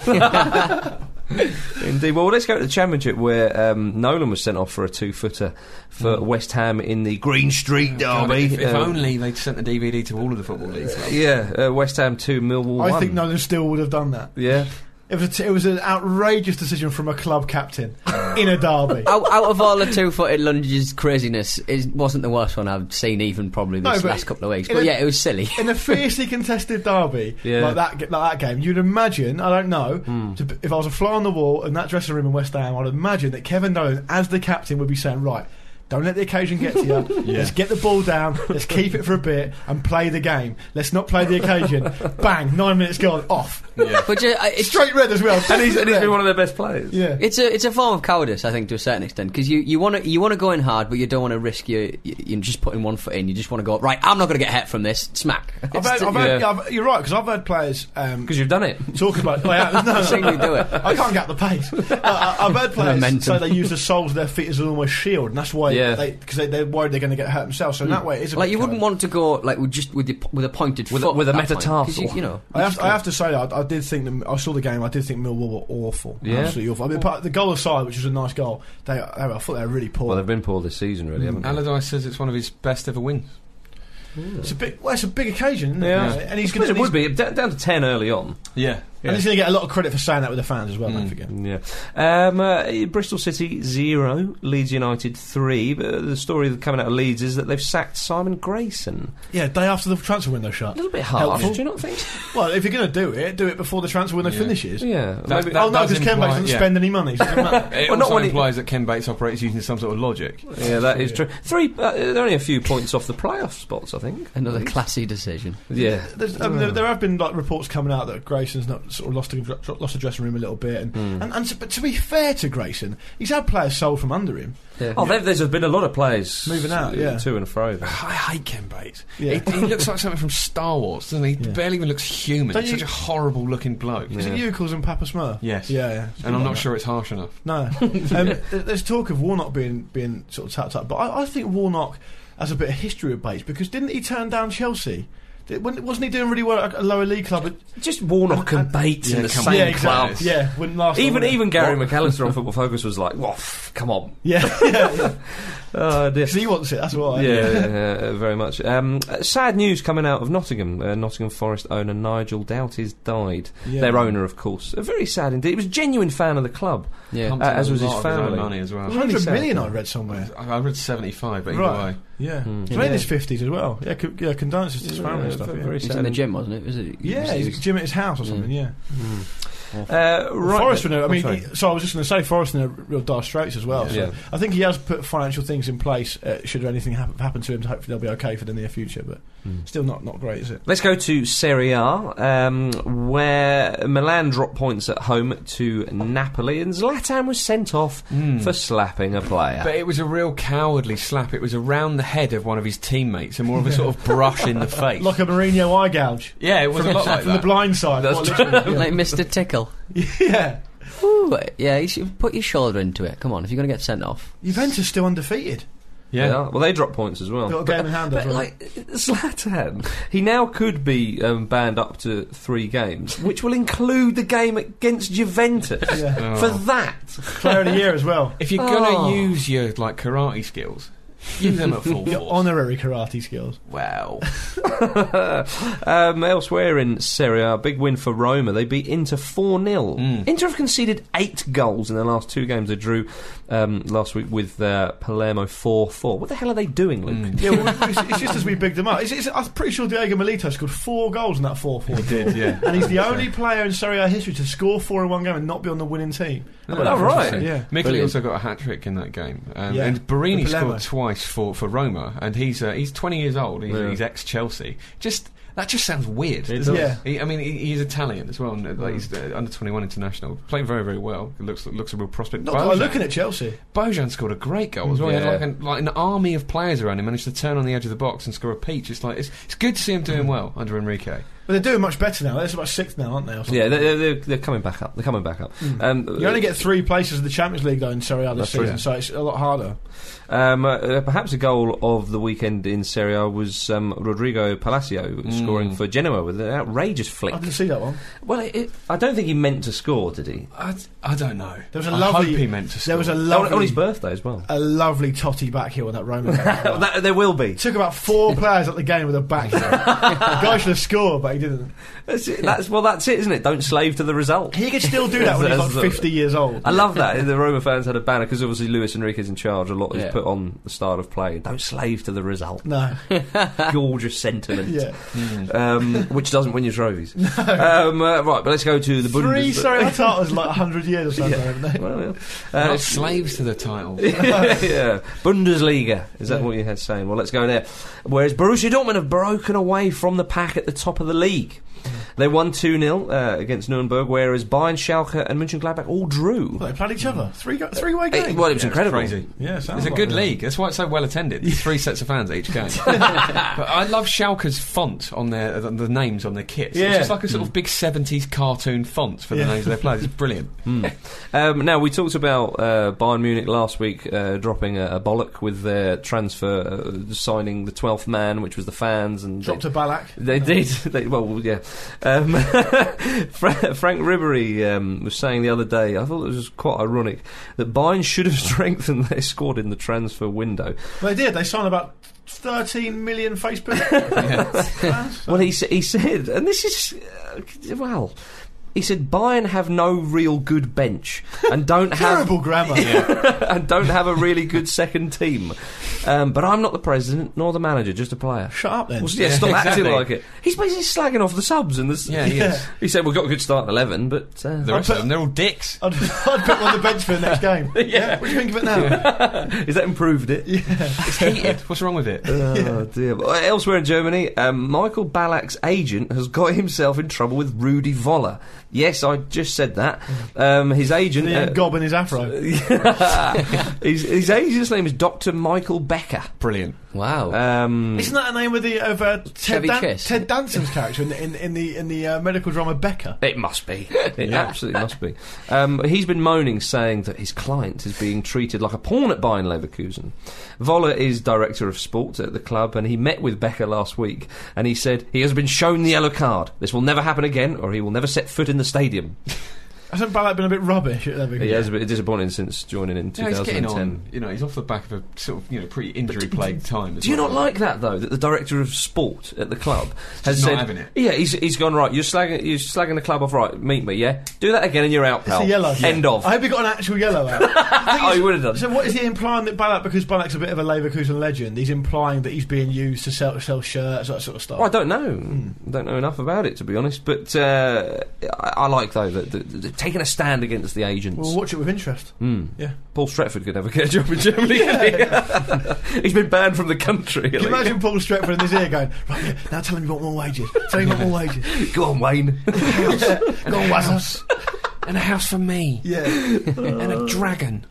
Speaker 3: Indeed. Well, let's go to the championship where um, Nolan was sent off for a two-footer for West Ham in the Green Street
Speaker 5: Oh,
Speaker 6: God,
Speaker 3: derby.
Speaker 6: if, if
Speaker 3: Uh,
Speaker 6: only they'd sent the DVD to all of the football leagues.
Speaker 3: Yeah, uh, West Ham two, Millwall
Speaker 5: I
Speaker 3: one.
Speaker 5: think Nolan still would have done that.
Speaker 3: Yeah,
Speaker 5: It was, a t- it was an outrageous decision from a club captain in a derby.
Speaker 4: out, out of all the two-footed lunges craziness, it wasn't the worst one I've seen. Even probably
Speaker 5: No,
Speaker 4: this
Speaker 5: but
Speaker 4: last couple of weeks.
Speaker 5: in
Speaker 4: But
Speaker 5: a-
Speaker 4: yeah, it was silly.
Speaker 5: In a fiercely contested derby
Speaker 3: Yeah. Hmm.
Speaker 5: like that, g- like that game, you'd imagine. I don't know. To, b- if I was a fly on the wall in that dressing room in West Ham, I'd imagine that Kevin Nolan, as the captain, would be saying, "Right, don't let the occasion get to you. Let's get the ball down. Let's keep it for a bit and play the game. Let's not play the occasion. Bang! Nine minutes gone. Off.
Speaker 4: But ju- I- it's
Speaker 5: Straight red as well.
Speaker 3: and he's, and he's
Speaker 5: Red.
Speaker 3: been one of their best players.
Speaker 5: yeah.
Speaker 4: It's a it's a form of cowardice, I think, to a certain extent, because you you want to you want to go in hard, but you don't want to risk your you, you just putting one foot in. You just want to go right. I'm not going to get hit from this smack.
Speaker 5: I've heard, I've
Speaker 3: yeah.
Speaker 5: heard, I've- you're right because I've heard players um,
Speaker 3: Because you've done it.
Speaker 5: talk about. Oh, yeah, no, no,
Speaker 4: Single do it.
Speaker 5: I can't get the pace. I- I, I've heard players
Speaker 4: Momentum.
Speaker 5: say they use the soles of their feet as an almost shield, and that's why
Speaker 3: Yeah. Hmm.
Speaker 5: because they, 'cause they, they're worried they're going to get hurt themselves. So in that way, it is a
Speaker 4: Like
Speaker 5: bit
Speaker 4: you wouldn't
Speaker 5: colour.
Speaker 4: want to go like with just with your, p- with a pointed
Speaker 3: With a-
Speaker 4: foot
Speaker 3: with a
Speaker 4: at that point, 'cause
Speaker 3: metatarsal.
Speaker 4: You, you know,
Speaker 5: I have, to, I have to say that I, I did think that I saw the game. I did think Millwall were awful,
Speaker 3: Yeah.
Speaker 5: absolutely awful. I mean, but the goal aside, which was a nice goal, they, they were- I thought they were really poor.
Speaker 3: Well, they've been poor this season, really, haven't they?
Speaker 6: Allardyce says it's one of his best ever wins.
Speaker 5: it's a big, well, it's a big occasion, isn't it?
Speaker 3: Yeah.
Speaker 5: and he's
Speaker 3: I suppose
Speaker 5: going
Speaker 3: it would
Speaker 5: to
Speaker 3: be d- down to ten early on.
Speaker 6: Yeah.
Speaker 5: and he's going to get a lot of credit for saying that with the fans as well.
Speaker 3: Hmm.
Speaker 5: Don't forget.
Speaker 3: Yeah. Um, uh, Bristol City zero, Leeds United three. But uh, the story coming out of Leeds is that they've sacked Simon Grayson.
Speaker 5: Yeah, day after the transfer window shut.
Speaker 3: A little bit harsh,
Speaker 5: Helpful.
Speaker 3: do you not think?
Speaker 5: Well, if you're going to do it, do it before the transfer window finishes.
Speaker 3: Yeah.
Speaker 6: That-
Speaker 3: maybe-
Speaker 5: oh no,
Speaker 6: does
Speaker 5: because Ken
Speaker 6: imply-
Speaker 5: Bates doesn't
Speaker 6: yeah.
Speaker 5: spend any money. So it doesn't matter.
Speaker 6: It
Speaker 3: Well, not
Speaker 6: also
Speaker 3: when he-
Speaker 6: implies that Ken Bates operates using some sort of logic.
Speaker 3: yeah, that is true. Three, uh, they're only a few points off the playoff spots, I think.
Speaker 4: another classy decision.
Speaker 3: Yeah.
Speaker 5: There's, I mean, there, there have been like reports coming out that Grayson's not sort of lost the, lost the dressing room a little bit, and,
Speaker 6: Hmm.
Speaker 5: and, and to, but to be fair to Grayson, he's had players sold from under him.
Speaker 3: Oh, there- there's been a lot of players
Speaker 5: Moving out,
Speaker 3: uh,
Speaker 5: yeah.
Speaker 3: to and fro. there.
Speaker 6: I hate Ken Bates.
Speaker 5: Yeah.
Speaker 6: He, he looks like something from Star Wars, doesn't he? He
Speaker 5: Yeah.
Speaker 6: barely even looks human.
Speaker 5: Don't
Speaker 6: He's
Speaker 5: you-
Speaker 6: Such a horrible looking bloke.
Speaker 5: Is it Eucles and Papa Smurf?
Speaker 6: Yes.
Speaker 5: Yeah, yeah.
Speaker 6: And I'm not sure it's harsh enough.
Speaker 5: No. Um, th- There's talk of Warnock being being sort of tapped up, but I, I think Warnock has a bit of history with Bates because didn't he turn down Chelsea? Did, wasn't wasn't he doing really well at a lower league club? At,
Speaker 3: Just Warnock and, Bates in
Speaker 6: yeah,
Speaker 3: the
Speaker 6: come
Speaker 3: same
Speaker 6: on.
Speaker 5: yeah,
Speaker 3: club.
Speaker 5: exactly. Yeah, wouldn't last. long,
Speaker 3: Even
Speaker 5: would it?
Speaker 3: even Gary McAllister on Football Focus was like, "Woof, come on."
Speaker 5: Yeah, yeah, yeah.
Speaker 3: Oh, dear.
Speaker 5: 'Cause he wants it. That's why.
Speaker 3: yeah, yeah, yeah, very much. Um, uh, sad news coming out of Nottingham. Uh, Nottingham Forest owner Nigel Doughty's died.
Speaker 5: Yeah.
Speaker 3: Their owner, of course. Uh, very sad indeed. He was a genuine fan of the club.
Speaker 4: Yeah,
Speaker 6: Pumped
Speaker 3: Uh,
Speaker 6: in
Speaker 3: as
Speaker 6: a
Speaker 3: was his
Speaker 6: lot of
Speaker 3: family.
Speaker 6: own money as well.
Speaker 3: Really
Speaker 5: Hundred
Speaker 3: sad.
Speaker 5: million, I read somewhere.
Speaker 6: I I read 75, but either
Speaker 5: Right.
Speaker 6: way.
Speaker 5: Yeah. He's made in his fifties as well. Yeah. Co- yeah condolences to his family
Speaker 3: Uh,
Speaker 5: and stuff.
Speaker 3: very
Speaker 5: Yeah.
Speaker 4: It was
Speaker 3: sad
Speaker 4: in the
Speaker 3: indeed.
Speaker 4: gym, wasn't it? Was it?
Speaker 5: Yeah,
Speaker 4: was-
Speaker 5: he's gym at his house or something. Yeah.
Speaker 3: Uh, right.
Speaker 5: Forrest,
Speaker 3: then.
Speaker 5: would know- I
Speaker 3: Oh,
Speaker 5: mean,
Speaker 3: sorry.
Speaker 5: he- so I was just going to say, Forrest in a real dire straits as well.
Speaker 3: Yeah.
Speaker 5: So I think he has put financial things in place. Uh, should anything happen, happen to him, hopefully they'll be okay for the near future. But still, not not great, is it?
Speaker 3: Let's go to Serie A, um, where Milan dropped points at home to Napoli, and Zlatan was sent off
Speaker 5: Hmm.
Speaker 3: for slapping a player.
Speaker 6: But it was a real cowardly slap. It was around the head of one of his teammates, and more of a sort of brush in the face.
Speaker 5: Like a Mourinho eye gouge.
Speaker 6: yeah, it was
Speaker 5: From,
Speaker 6: a lot like
Speaker 5: from the
Speaker 6: that.
Speaker 5: blind side.
Speaker 3: That's
Speaker 5: quite literally,
Speaker 4: like Mr. Tickle.
Speaker 5: yeah. yeah.
Speaker 4: Ooh, yeah, you should put your shoulder into it. Come on, if you're going to get sent off.
Speaker 5: Juventus still undefeated.
Speaker 3: Yeah.
Speaker 6: yeah.
Speaker 3: Well, they dropped points as well.
Speaker 5: They've got a game in hand as
Speaker 3: Oh, But
Speaker 5: well.
Speaker 3: like Zlatan, he now could be um, banned up to three games, which will include the game against Juventus.
Speaker 5: Yeah.
Speaker 6: Oh.
Speaker 3: For that,
Speaker 5: Player of the year as well.
Speaker 6: If you're gonna
Speaker 3: Oh.
Speaker 6: use your like karate skills, use them at full
Speaker 5: Your
Speaker 6: force.
Speaker 5: honorary karate skills.
Speaker 6: Wow.
Speaker 3: um, elsewhere in Serie A, big win for Roma. They beat Inter 4 0. Inter have conceded eight goals in their last two games. They drew um, last week with uh, Palermo 4 4. What the hell are they doing,
Speaker 6: Mm.
Speaker 3: Luke?
Speaker 5: Yeah, well, it's, it's just as we bigged them up. It's, it's, I'm pretty sure Diego Milito scored four goals in that 4 4.
Speaker 6: He did, yeah.
Speaker 5: And he's the only player in Serie A history to score four in one game and not be on the winning team.
Speaker 3: Well, all right.
Speaker 5: Oh, Yeah.
Speaker 6: Mickey
Speaker 4: Brilliant.
Speaker 6: also got a hat trick in that game, um,
Speaker 5: Yeah.
Speaker 6: and Barini
Speaker 5: With Palermo.
Speaker 6: scored twice for, for Roma, and he's uh, he's 20 years old. He's,
Speaker 3: Yeah.
Speaker 6: he's ex Chelsea. Just that just sounds weird.
Speaker 5: It does. Mm. Yeah.
Speaker 6: He, I mean, he, he's Italian as well. And, uh, like, he's uh, under 21 international, playing very very well. He looks looks a real prospect.
Speaker 5: Not that I'm looking at Chelsea.
Speaker 6: Bojan scored a great goal as well. He
Speaker 3: Yeah.
Speaker 6: had like, an, like an army of players around him, managed to turn on the edge of the box and score a peach. It's like it's, it's good to see him
Speaker 5: Mm.
Speaker 6: doing well under Enrique.
Speaker 5: But they're doing much better now. They're about sixth now, aren't they? or something?
Speaker 3: Yeah, they're, they're, they're coming back up. They're coming back up. Um,
Speaker 5: You only get three places in the Champions League, though, in Serie A this
Speaker 3: That's right.
Speaker 5: season, so it's a lot harder.
Speaker 3: Um, uh, perhaps a goal of the weekend in Serie A was um, Rodrigo Palacio scoring for Genoa with an outrageous flick.
Speaker 5: I didn't see that one.
Speaker 3: Hmm. Well, it, it, I don't think he meant to score, did he?
Speaker 6: I, I don't know.
Speaker 5: There was a
Speaker 6: I
Speaker 5: lovely.
Speaker 6: hope he meant to score.
Speaker 5: There was a
Speaker 3: On,
Speaker 5: lovely.
Speaker 3: on his birthday as well.
Speaker 5: a lovely totty back heel in that Roma. game.
Speaker 3: That, there will be.
Speaker 5: It took about four players at the game with a back heel. the guy should have scored, but he didn't.
Speaker 3: That's, it. that's well, that's it, isn't it? Don't slave to the result.
Speaker 5: He could still do that when he's like 50 years old.
Speaker 3: I love that. The Roma fans had a banner because obviously Luis Enrique's in charge. A lot is
Speaker 4: Yeah.
Speaker 3: put on the style of play. Don't slave to the result.
Speaker 5: No.
Speaker 3: Gorgeous sentiment.
Speaker 5: Yeah.
Speaker 3: Um, which doesn't win you trophies. Um, uh, right, but let's go to the
Speaker 5: Three
Speaker 3: Bundesliga.
Speaker 5: Serie A titles in like 100 years or something, haven't they?
Speaker 3: Well,
Speaker 6: They're
Speaker 3: yeah. Uh,
Speaker 6: not slaves to the title.
Speaker 3: yeah, Bundesliga. Is that what you had saying? Well, let's go there. Whereas Borussia Dortmund have broken away from the pack at the top of the league. They won 2 0 uh, against Nuremberg, whereas Bayern, Schalke, and Mönchengladbach all drew.
Speaker 5: Well, they played each other. Three go- three way
Speaker 3: It-
Speaker 5: game.
Speaker 3: well, it was
Speaker 6: Yeah,
Speaker 3: incredible.
Speaker 6: crazy.
Speaker 5: Yeah, sounds
Speaker 6: It's a
Speaker 3: Oh
Speaker 5: like
Speaker 6: good
Speaker 5: it.
Speaker 6: league. That's why it's so well attended. Three sets of fans each game. but I love Schalke's font on their uh, the, the names on their kits.
Speaker 5: Yeah.
Speaker 6: It's just like a
Speaker 3: Mm.
Speaker 6: sort of big seventies cartoon font for the
Speaker 5: Yeah.
Speaker 6: names of their players. It's brilliant.
Speaker 3: Um, now, we talked about uh, Bayern Munich last week uh, dropping a, a bollock with their transfer, uh, signing the 12th man, which was the fans. and
Speaker 5: Dropped a Balak.
Speaker 3: They did. They, well, yeah. Um, Fra- Frank Ribery um, was saying the other day, I thought it was quite ironic, that Bayern should have strengthened their squad in the transfer window.
Speaker 5: They did. They signed about 13 million Facebook fans.
Speaker 3: Well, he, s- he said, and this is. Uh, well. He said Bayern have no real good bench and don't have
Speaker 5: Terrible grammar.
Speaker 3: and don't have a really good second team. Um, but I'm not the president nor the manager, just a player.
Speaker 5: Shut up then.
Speaker 3: Well, yeah,
Speaker 6: Yeah,
Speaker 3: stop
Speaker 6: exactly.
Speaker 3: acting like it. He's basically slagging off the subs and the. s-
Speaker 6: Yeah, he is.
Speaker 3: He said we've got a good start at eleven, but uh,
Speaker 6: The rest of them, they're all dicks.
Speaker 5: I'd, I'd put him on the bench for the next game. Yeah. What do you think of it now?
Speaker 3: Is that improved it?
Speaker 6: It's heated. What's wrong with it?
Speaker 3: Oh, dear. Well, Elsewhere in Germany, um, Michael Ballack's agent has got himself in trouble with Rudy Voller. Yes, I just said that. Um, his agent.
Speaker 5: The
Speaker 3: uh,
Speaker 5: young gob in his afro.
Speaker 3: his, his agent's name is Dr. Michael Becker.
Speaker 6: Brilliant.
Speaker 4: Wow.
Speaker 3: Um,
Speaker 5: Isn't that the name of the of uh, Ted,
Speaker 4: Chevy
Speaker 5: Dan-
Speaker 4: Chase.
Speaker 5: Ted Danson's character in the, in, in the in the uh, medical drama Becca?
Speaker 3: It must be. It absolutely must be. Um, he's been moaning, saying that his client is being treated like a pawn at Bayern Leverkusen. Voller is director of sport at the club, and he met with Becker last week, and he said he has been shown the yellow card. This will never happen again, or he will never set foot in the stadium.
Speaker 5: Hasn't Ballack been a bit rubbish at Everton?
Speaker 3: Yeah, it's a bit disappointing since joining in
Speaker 6: Yeah, he's getting
Speaker 3: 2010.
Speaker 6: on. You know, he's off the back of a sort of you know pretty injury plagued time. as
Speaker 3: Do you
Speaker 6: well.
Speaker 3: not like that though? That the director of sport at the club has
Speaker 6: just not
Speaker 3: said,
Speaker 6: having it.
Speaker 3: "Yeah, he's, he's gone right. You're slagging you're slagging the club off. Right, meet me. Yeah, do that again, and you're out,
Speaker 5: It's
Speaker 3: pal.
Speaker 5: a yellow.
Speaker 3: End of.
Speaker 5: I hope he got an actual yellow out. The thing
Speaker 3: Oh,
Speaker 5: is-
Speaker 3: he would have done.
Speaker 5: So what is he implying that Ballack, because Ballack's a bit of a Leverkusen legend, he's implying that he's being used to sell, sell shirts, that sort of stuff.
Speaker 3: Well, Oh, I don't know. I don't know enough about it to be honest. But uh, I, I like though that, that, that taking a stand against the agents.
Speaker 5: We'll watch it with interest.
Speaker 3: Hmm.
Speaker 5: Yeah.
Speaker 3: Paul Stretford could never get a job in Germany. could he? He's been banned from the country.
Speaker 5: Can you
Speaker 3: like,
Speaker 5: imagine Paul Stretford in his ear going, right, yeah, now tell him you want more wages. Tell him you want more wages.
Speaker 3: Go on, Wayne.
Speaker 5: Go on, Wazzles.
Speaker 6: And a house for me
Speaker 5: Yeah.
Speaker 6: and a dragon.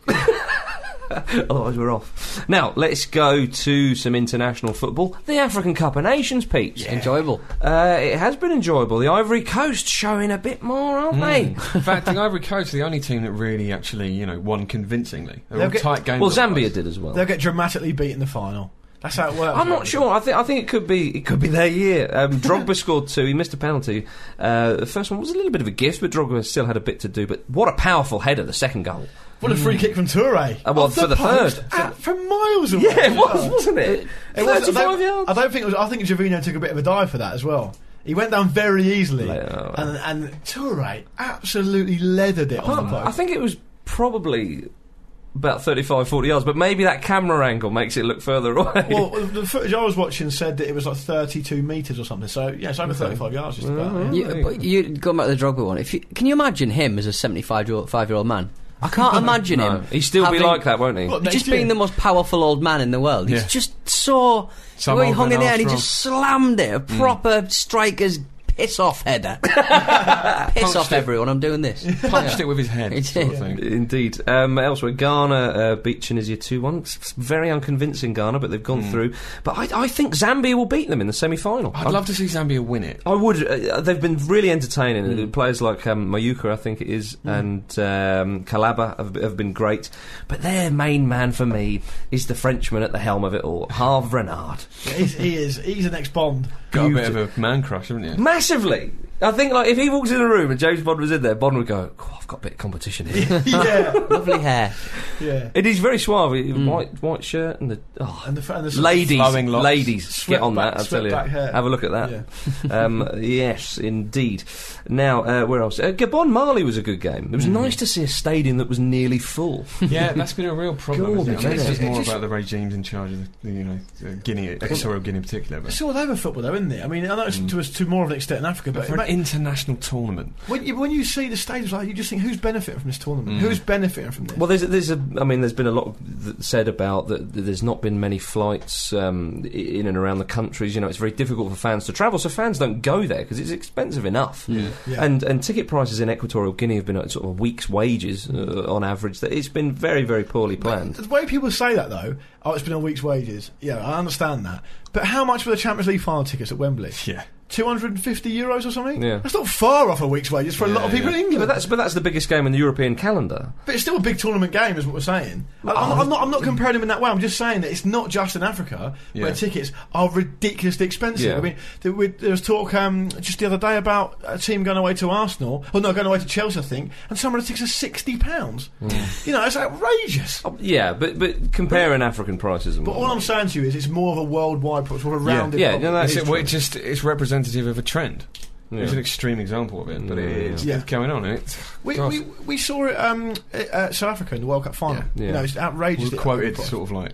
Speaker 3: Otherwise, we're off. Now, let's go to some international football. The African Cup of Nations, Pete.
Speaker 4: Enjoyable.
Speaker 3: Uh, it has been enjoyable. The Ivory Coast showing a bit more, aren't they?
Speaker 6: In
Speaker 5: Hmm.
Speaker 6: fact, the Ivory Coast are the only team that really actually you know won convincingly. They were
Speaker 5: They'll
Speaker 6: all
Speaker 5: get-
Speaker 6: tight games.
Speaker 3: Well,
Speaker 6: otherwise.
Speaker 3: Zambia did as well.
Speaker 5: They'll get dramatically beat in the final. That's how it works.
Speaker 3: I'm not sure. I think I think it could be it could be their year. Um, Drogba scored two. He missed a penalty. Uh, the first one was a little bit of a gift, but Drogba still had a bit to do. But what a powerful header! The second goal.
Speaker 5: What a free kick from Toure.
Speaker 3: Uh, well,
Speaker 5: Off
Speaker 3: for the
Speaker 5: post,
Speaker 3: third.
Speaker 5: at- from miles away.
Speaker 3: wasn't it?
Speaker 5: It was- I don't- I don't think it was. I think Javino took a bit of a dive for that as well. He went down very easily,
Speaker 3: Like, oh.
Speaker 5: and and Toure absolutely leathered it on the
Speaker 3: Well, I
Speaker 5: post.
Speaker 3: think it was probably about 35, 40 yards, but maybe that camera angle makes it look further away.
Speaker 5: Well, the footage I was watching said that it was like 32 meters or something. So yeah, it's over 35 yards just about.
Speaker 3: Mm-hmm.
Speaker 5: yeah.
Speaker 4: You, but you going back to the Drogba one. If you, can you imagine him as a seventy-five-year-old five-year-old man? I can't imagine
Speaker 3: no,
Speaker 4: him.
Speaker 3: he still be
Speaker 4: having-
Speaker 3: like that, won't he?
Speaker 5: What, next
Speaker 4: Just
Speaker 5: year?
Speaker 4: being the most powerful old man in the world. He's
Speaker 6: Yeah.
Speaker 4: just so.
Speaker 6: Some
Speaker 4: the way he
Speaker 6: old
Speaker 4: hung
Speaker 6: man Mm.
Speaker 4: in there and he
Speaker 6: after
Speaker 4: just slammed it. A proper striker's piss off header. piss
Speaker 6: Punched
Speaker 4: off
Speaker 6: it.
Speaker 4: everyone, I'm doing this.
Speaker 6: punched it with his head.
Speaker 4: He
Speaker 6: sort of
Speaker 4: did.
Speaker 6: thing.
Speaker 3: Indeed. Um, elsewhere, Ghana uh, beat Tunisia 2 1. Very unconvincing, Ghana, but they've gone through. But I, I think Zambia will beat them in the semi final.
Speaker 6: I'd love to see Zambia win it.
Speaker 3: I would. Uh, they've been really entertaining. Players like um, Mayuka, I think it is, and um, Calaba have, have been great. But their main man for me is the Frenchman at the helm of it all, Harve Renard.
Speaker 5: He's, he is. He's an ex-Bond.
Speaker 6: Got a bit of a man crush, haven't you?
Speaker 3: Massively. I think like if he walked in the room and James Bond was in there, Bond would go, oh, "I've got a bit of competition here."
Speaker 5: yeah,
Speaker 4: Lovely hair.
Speaker 5: yeah.
Speaker 3: it is very suave. he- White white shirt and the oh,
Speaker 5: And the, fa- and the
Speaker 3: ladies,
Speaker 6: flowing locks.
Speaker 3: ladies, get
Speaker 5: Swept
Speaker 3: on
Speaker 5: back-
Speaker 3: that. I
Speaker 5: swept
Speaker 3: tell you,
Speaker 5: back hair.
Speaker 3: have a look at that. um, yes, indeed. Now, uh, where else? Uh, Gabon Mali was a good game. It was
Speaker 5: Hmm.
Speaker 3: nice to see a stadium that was nearly full.
Speaker 6: yeah, that's been a real problem. isn't it?
Speaker 3: Gorgeous,
Speaker 6: I think
Speaker 3: isn't
Speaker 6: it's just
Speaker 3: it?
Speaker 6: more
Speaker 3: Just-
Speaker 6: about the regimes in charge of the, you know the Guinea, Equatorial Guinea in particular. But
Speaker 5: It's all over football, though, isn't it? I mean, I know
Speaker 3: Mm.
Speaker 5: it's to us to more of an extent in Africa, but,
Speaker 6: for
Speaker 5: ima-
Speaker 6: an international tournament,
Speaker 5: when, you, when you see the stadiums like, that, you just think, who's benefiting from this
Speaker 3: Mm.
Speaker 5: tournament? Who's benefiting from this?
Speaker 3: Well, there's, there's a, I mean, there's been a lot th- said about that. that There's not been many flights um, i- in and around the countries. You know, it's very difficult for fans to travel, so fans don't go there because it's expensive enough.
Speaker 5: Yeah.
Speaker 3: And and ticket prices in Equatorial Guinea have been at sort of a week's wages uh, on average. That it's been very very poorly planned.
Speaker 5: The way people say that, though, oh, it's been a week's wages. Yeah, I understand that. But how much were the Champions League final tickets at Wembley?
Speaker 6: yeah,
Speaker 5: 250 euros or something?
Speaker 3: Yeah.
Speaker 5: That's not far off a week's wages for a lot of people
Speaker 6: yeah.
Speaker 5: in
Speaker 3: Yeah,
Speaker 5: England.
Speaker 3: but that's but that's the biggest game in the European calendar.
Speaker 5: But it's still a big tournament game, is what we're saying. I- I'm, I'm, not, I'm not comparing them in that way. I'm just saying that it's not just in Africa
Speaker 6: Yeah.
Speaker 5: where tickets are ridiculously expensive.
Speaker 3: Yeah.
Speaker 5: I mean, there, we, there was talk um, just the other day about a team going away to Arsenal, or no, going away to Chelsea, I think, and some of the tickets are sixty pounds. You know, it's outrageous.
Speaker 3: Oh, yeah, but but comparing African prices. And
Speaker 5: But all I'm saying to you is, it's more of a worldwide, pro- it's more of a
Speaker 6: Yeah.
Speaker 5: rounded.
Speaker 3: Yeah,
Speaker 5: problem.
Speaker 3: no, that's
Speaker 6: it's, well, it just it's representative of a trend.
Speaker 3: Yeah.
Speaker 6: It's an extreme example of it, but it, it's,
Speaker 5: Yeah.
Speaker 6: it's going on. and It's,
Speaker 5: We,
Speaker 6: God,
Speaker 5: we, we saw it um, at at South Africa in the World Cup final.
Speaker 6: Yeah.
Speaker 3: Yeah.
Speaker 5: You know, it's outrageous.
Speaker 6: we
Speaker 5: the-
Speaker 6: quoted sort of like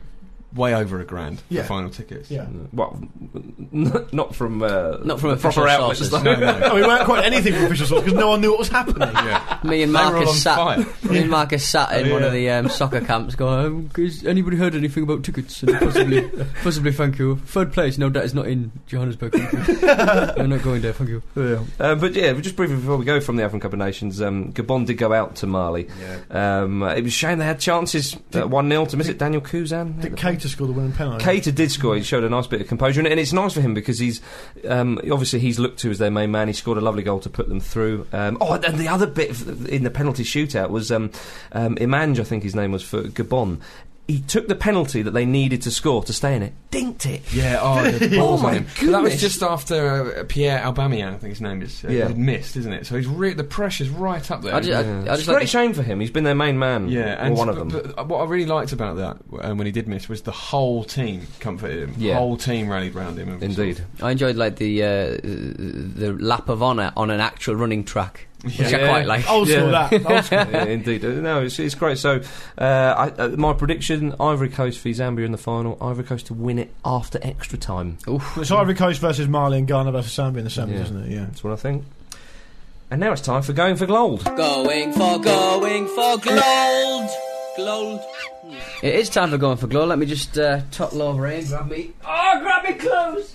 Speaker 6: way over a grand
Speaker 5: Yeah.
Speaker 6: for final tickets.
Speaker 5: Yeah.
Speaker 3: well, not, not from uh,
Speaker 4: Not from official
Speaker 3: proper outlets. though.
Speaker 4: sources.
Speaker 6: No, no.
Speaker 5: No, we weren't quite anything from official source because no one knew what was happening.
Speaker 6: yeah.
Speaker 4: Me and
Speaker 6: They were all on
Speaker 4: Marcus
Speaker 6: fire.
Speaker 4: sat. Me and Marcus sat in
Speaker 6: Oh,
Speaker 4: one of the
Speaker 6: yeah.
Speaker 4: um, soccer camps. Going, um, has anybody heard anything about tickets? And possibly, possibly. Thank you. Third place. No, that is not in Johannesburg. I'm not going there. Thank you.
Speaker 3: Uh, but yeah, just briefly before we go from the African Cup of Nations, um, Gabon did go out to Mali. Um, uh, it was a shame they had chances, uh, one 0 to miss it. Daniel Kuzan.
Speaker 5: Did Cater score the winning penalty?
Speaker 3: Cater did score. He showed a nice bit of composure, and it's nice for him because he's um, obviously he's looked to as their main man. He scored a lovely goal to put them through. Um, oh, and the other bit of- in the penalty shootout was um, um, Imange, I think his name was for Gabon. he took the penalty that they needed to score to stay in it, dinked it.
Speaker 6: Yeah, oh, the balls
Speaker 3: my
Speaker 6: on him. But That was
Speaker 3: goodness.
Speaker 6: just after uh, Pierre Aubameyang, I think his name is. Uh,
Speaker 3: Yeah.
Speaker 6: he'd missed, isn't it? So he's re- the pressure's right up there.
Speaker 4: I ju- I-
Speaker 3: Yeah.
Speaker 4: I
Speaker 3: It's
Speaker 4: just
Speaker 3: a
Speaker 4: like
Speaker 3: great
Speaker 4: the-
Speaker 3: shame for him. He's been their main man.
Speaker 6: yeah,
Speaker 3: or one of
Speaker 6: but-
Speaker 3: them.
Speaker 6: But what I really liked about that um, when he did miss was the whole team comforted him.
Speaker 3: Yeah.
Speaker 6: The whole team rallied round him. and was
Speaker 3: Indeed.
Speaker 4: I enjoyed like the uh, the lap of honour on an actual running track, which I
Speaker 3: Yeah.
Speaker 4: quite like.
Speaker 5: Old school
Speaker 3: Yeah.
Speaker 5: that. Old school.
Speaker 3: Yeah, Indeed. Uh, No, it's, it's great. So, uh, I, uh, my prediction Ivory Coast v Zambia in the final. Ivory Coast to win it after extra time.
Speaker 5: It's Ivory Coast versus Mali and Ghana versus Zambia in the semis,
Speaker 3: Yeah.
Speaker 5: isn't it? Yeah.
Speaker 3: That's what I think. And now it's time for going for gold.
Speaker 4: Going for going for gold, gold. It is time for going for gold. Let me just uh, topple over here. and Grab me. Oh, grab me clothes.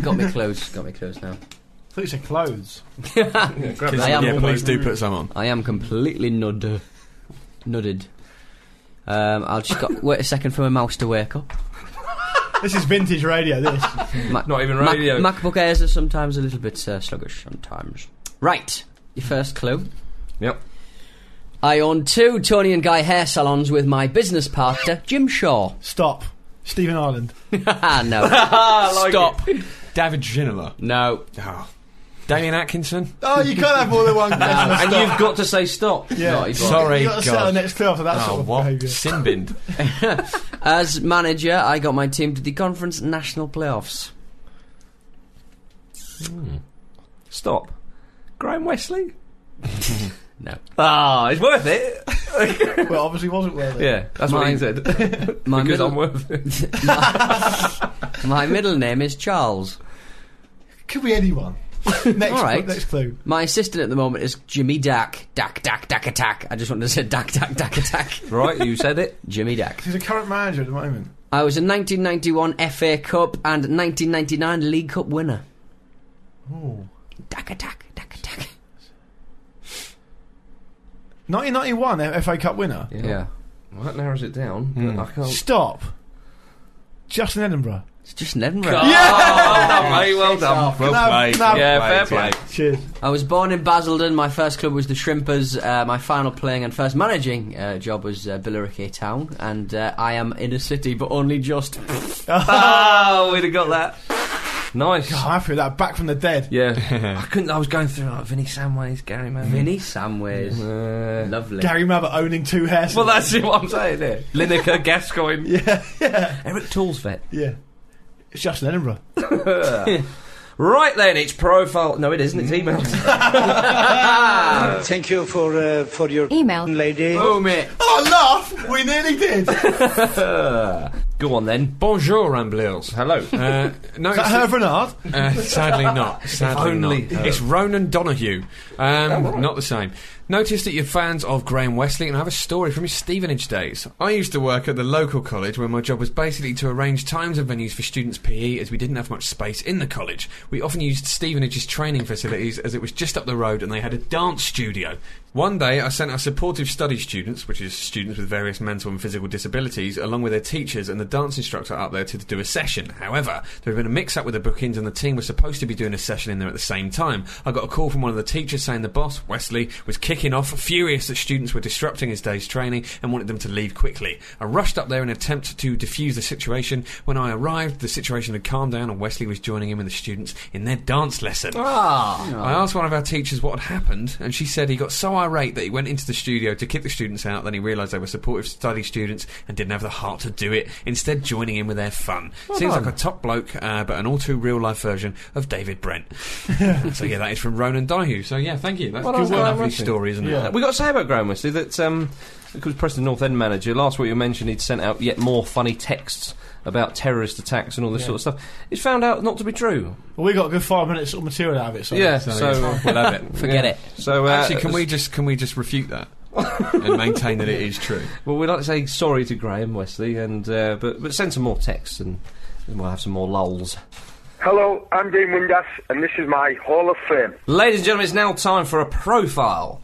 Speaker 4: got me clothes. Got me clothes now.
Speaker 5: I thought you said clothes.
Speaker 6: Kids-
Speaker 4: I am
Speaker 6: yeah,
Speaker 4: always-
Speaker 6: please do put some on.
Speaker 4: I am completely nudded. Nudded. Um, I'll just got, wait a second for my mouse to wake up.
Speaker 5: This is vintage radio, this.
Speaker 4: Ma-
Speaker 3: Not even
Speaker 4: Mac-
Speaker 3: radio.
Speaker 4: MacBook Airs are sometimes a little bit uh, sluggish. Sometimes. Right. Your first clue.
Speaker 3: Yep.
Speaker 4: I own two Tony and Guy hair salons with my business partner, Jim Shaw. Ah,
Speaker 5: Stop. Stephen Ireland.
Speaker 4: no.
Speaker 6: Stop. David Ginola.
Speaker 4: No.
Speaker 3: Ah.
Speaker 6: Oh. Damien Atkinson.
Speaker 5: Oh, you can't have more than one question.
Speaker 3: and you've got to say stop.
Speaker 5: Yeah.
Speaker 4: No, he's
Speaker 6: Sorry,
Speaker 5: You've got to settle
Speaker 6: God.
Speaker 5: next clue after that
Speaker 6: Oh,
Speaker 5: sort of
Speaker 6: what?
Speaker 5: behaviour.
Speaker 6: Sinbind.
Speaker 4: As manager, I got my team to the conference national playoffs.
Speaker 3: Stop. Graham Wesley?
Speaker 4: No.
Speaker 3: Ah, it's worth it.
Speaker 5: Well, obviously wasn't worth it.
Speaker 3: Yeah, that's what
Speaker 4: My-
Speaker 3: he said.
Speaker 4: My
Speaker 3: because
Speaker 4: middle,
Speaker 3: I'm worth it.
Speaker 4: my middle name is Charles.
Speaker 5: Could be anyone. next,
Speaker 4: All right.
Speaker 5: next clue.
Speaker 4: My assistant at the moment is Jimmy Dack. Dack, Dack, Dack Attack. I just wanted to say Dack, Dack, Dack Attack.
Speaker 3: Right, you said it.
Speaker 4: Jimmy Dack.
Speaker 5: He's a current manager at the moment.
Speaker 4: I was a 1991 FA Cup and 1999 League Cup winner.
Speaker 5: Oh.
Speaker 4: Dack Attack, Dack Attack.
Speaker 5: 1991 FA Cup winner.
Speaker 3: Yeah. Well, that narrows it down, but I
Speaker 5: Oh.
Speaker 3: can't.
Speaker 5: Stop. Justin Edinburgh.
Speaker 4: It's just an Edinburgh.
Speaker 3: Well done, mate, well done.
Speaker 6: Well
Speaker 5: No,
Speaker 6: played.
Speaker 5: no.
Speaker 3: Yeah,
Speaker 6: well
Speaker 3: fair
Speaker 6: yeah.
Speaker 3: play.
Speaker 5: Cheers.
Speaker 4: I was born in Basildon. My first club was the Shrimpers. Uh, my final playing and first managing uh, job was uh, Billericay Town, and uh, I am in a city, but only just.
Speaker 3: Oh, we'd have got that. Nice.
Speaker 5: I'm happy with that. Back from the dead.
Speaker 3: Yeah. I couldn't. I was going through like Vinny Samways, Gary Manning.
Speaker 4: Vinny Samways,
Speaker 3: Uh,
Speaker 4: lovely.
Speaker 5: Gary Mabber owning two hairs.
Speaker 3: Well, that's it, what I'm saying there. Lineker, Gascoigne.
Speaker 5: yeah, yeah,
Speaker 3: Eric Toolsvet.
Speaker 5: yeah. It's Justin Edinburgh.
Speaker 3: Right then, it's profile. No, it isn't. It's email.
Speaker 7: Thank you for uh, for your
Speaker 1: Email.
Speaker 7: lady.
Speaker 4: Oh mate,
Speaker 5: Oh, laugh! We nearly did. Is
Speaker 3: Go on then.
Speaker 6: Bonjour, Ramblers.
Speaker 3: Hello.
Speaker 6: Uh, no,
Speaker 5: that
Speaker 6: it's-
Speaker 5: her Bernard?
Speaker 6: Uh, sadly not. Sadly
Speaker 3: only
Speaker 6: not.
Speaker 3: her.
Speaker 6: It's Ronan Donahue. Um, Not the same. Notice that you're fans of Graham Wesley, and I have a story from his Stevenage days. I used to work at the local college where my job was basically to arrange times and venues for students' PE as we didn't have much space in the college. We often used Stevenage's training facilities as it was just up the road and they had a dance studio. One day, I sent our supportive study students, which is students with various mental and physical disabilities, along with their teachers and the dance instructor up there to do a session. However, there had been a mix up with the bookings and the team was supposed to be doing a session in there at the same time. I got a call from one of the teachers saying the boss, Wesley, was kicking off, furious that students were disrupting his day's training and wanted them to leave quickly. I rushed up there in an attempt to defuse the situation. When I arrived, the situation had calmed down and Wesley was joining him and the students in their dance lesson. I asked one of our teachers what had happened, and she said he got so irate that he went into the studio to kick the students out. Then he realised they were supportive study students and didn't have the heart to do it, instead, joining in with their fun. Seems like a top bloke, uh, but an all too real life version of David Brent. so, yeah, that is from Ronan Donoghue. So, yeah, thank you. That's
Speaker 3: Well
Speaker 6: a good
Speaker 3: done,
Speaker 6: one.
Speaker 3: Graham
Speaker 6: lovely
Speaker 3: Russell.
Speaker 6: story, isn't
Speaker 5: Yeah.
Speaker 6: it?
Speaker 3: we got to say about Graham Wesley that um, because Preston North End manager last week you mentioned he'd sent out yet more funny texts about terrorist attacks and all this sort of stuff. It's found out not to be true.
Speaker 5: Well, we got a good five minutes of material out of it. So uh,
Speaker 3: yeah. So,
Speaker 6: So, yeah, we'll have it.
Speaker 4: forget
Speaker 3: yeah.
Speaker 4: it.
Speaker 3: So uh,
Speaker 6: Actually, can we just can we just refute that and maintain that it is true?
Speaker 3: Well, we'd like to say sorry to Graham Wesley, and uh, but but send some more texts and. and We'll have some more lulls.
Speaker 8: Hello, I'm Dean Windass, and this is my Hall of Fame.
Speaker 3: Ladies and gentlemen, it's now time for a profile.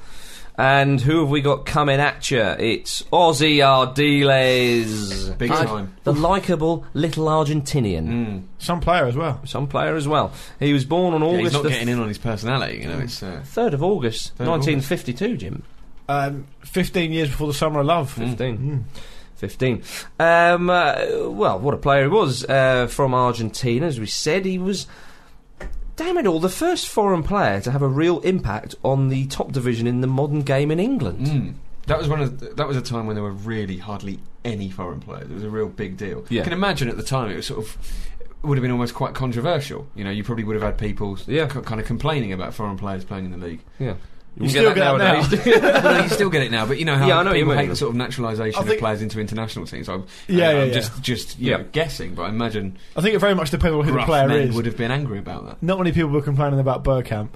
Speaker 3: And who have we got coming at you? It's Aussie Ardiles.
Speaker 6: Big
Speaker 3: Uh,
Speaker 6: time. Mm.
Speaker 3: The likeable little Argentinian.
Speaker 5: Some player as well.
Speaker 3: Some player as well. He was born on
Speaker 6: Yeah, he's
Speaker 3: August
Speaker 6: not
Speaker 3: the
Speaker 6: getting in on his personality, you know. It's uh,
Speaker 3: 3rd of August,
Speaker 6: Third of
Speaker 3: 1952, Jim.
Speaker 5: Um, 15 years before the Summer of Love.
Speaker 3: 15. 15. Um, uh, well, what a player he was uh, from Argentina, as we said. He was, damn it all, the first foreign player to have a real impact on the top division in the modern game in England.
Speaker 6: Mm. That was one of the, that was a time when there were really hardly any foreign players. It was a real big deal.
Speaker 3: Yeah.
Speaker 6: You can imagine at the time it was sort of it would have been almost quite controversial. You know, you probably would have had people
Speaker 3: Yeah.
Speaker 6: k- kind of complaining about foreign players playing in the league.
Speaker 3: Yeah.
Speaker 5: You still get that now.
Speaker 6: Well, you still get it now, but you know how
Speaker 3: Yeah, I know what you
Speaker 6: people
Speaker 3: mean.
Speaker 6: hate the sort of naturalisation
Speaker 5: I
Speaker 6: of
Speaker 5: think-
Speaker 6: players into international teams. I'm,
Speaker 5: Yeah,
Speaker 6: I'm
Speaker 5: yeah, yeah.
Speaker 6: just just you
Speaker 3: Yeah.
Speaker 6: know, guessing, but I imagine
Speaker 5: I think it very much depends on who the
Speaker 6: gruff
Speaker 5: player
Speaker 6: men
Speaker 5: is.
Speaker 6: would have been angry about that.
Speaker 5: Not many people were complaining about Burkamp,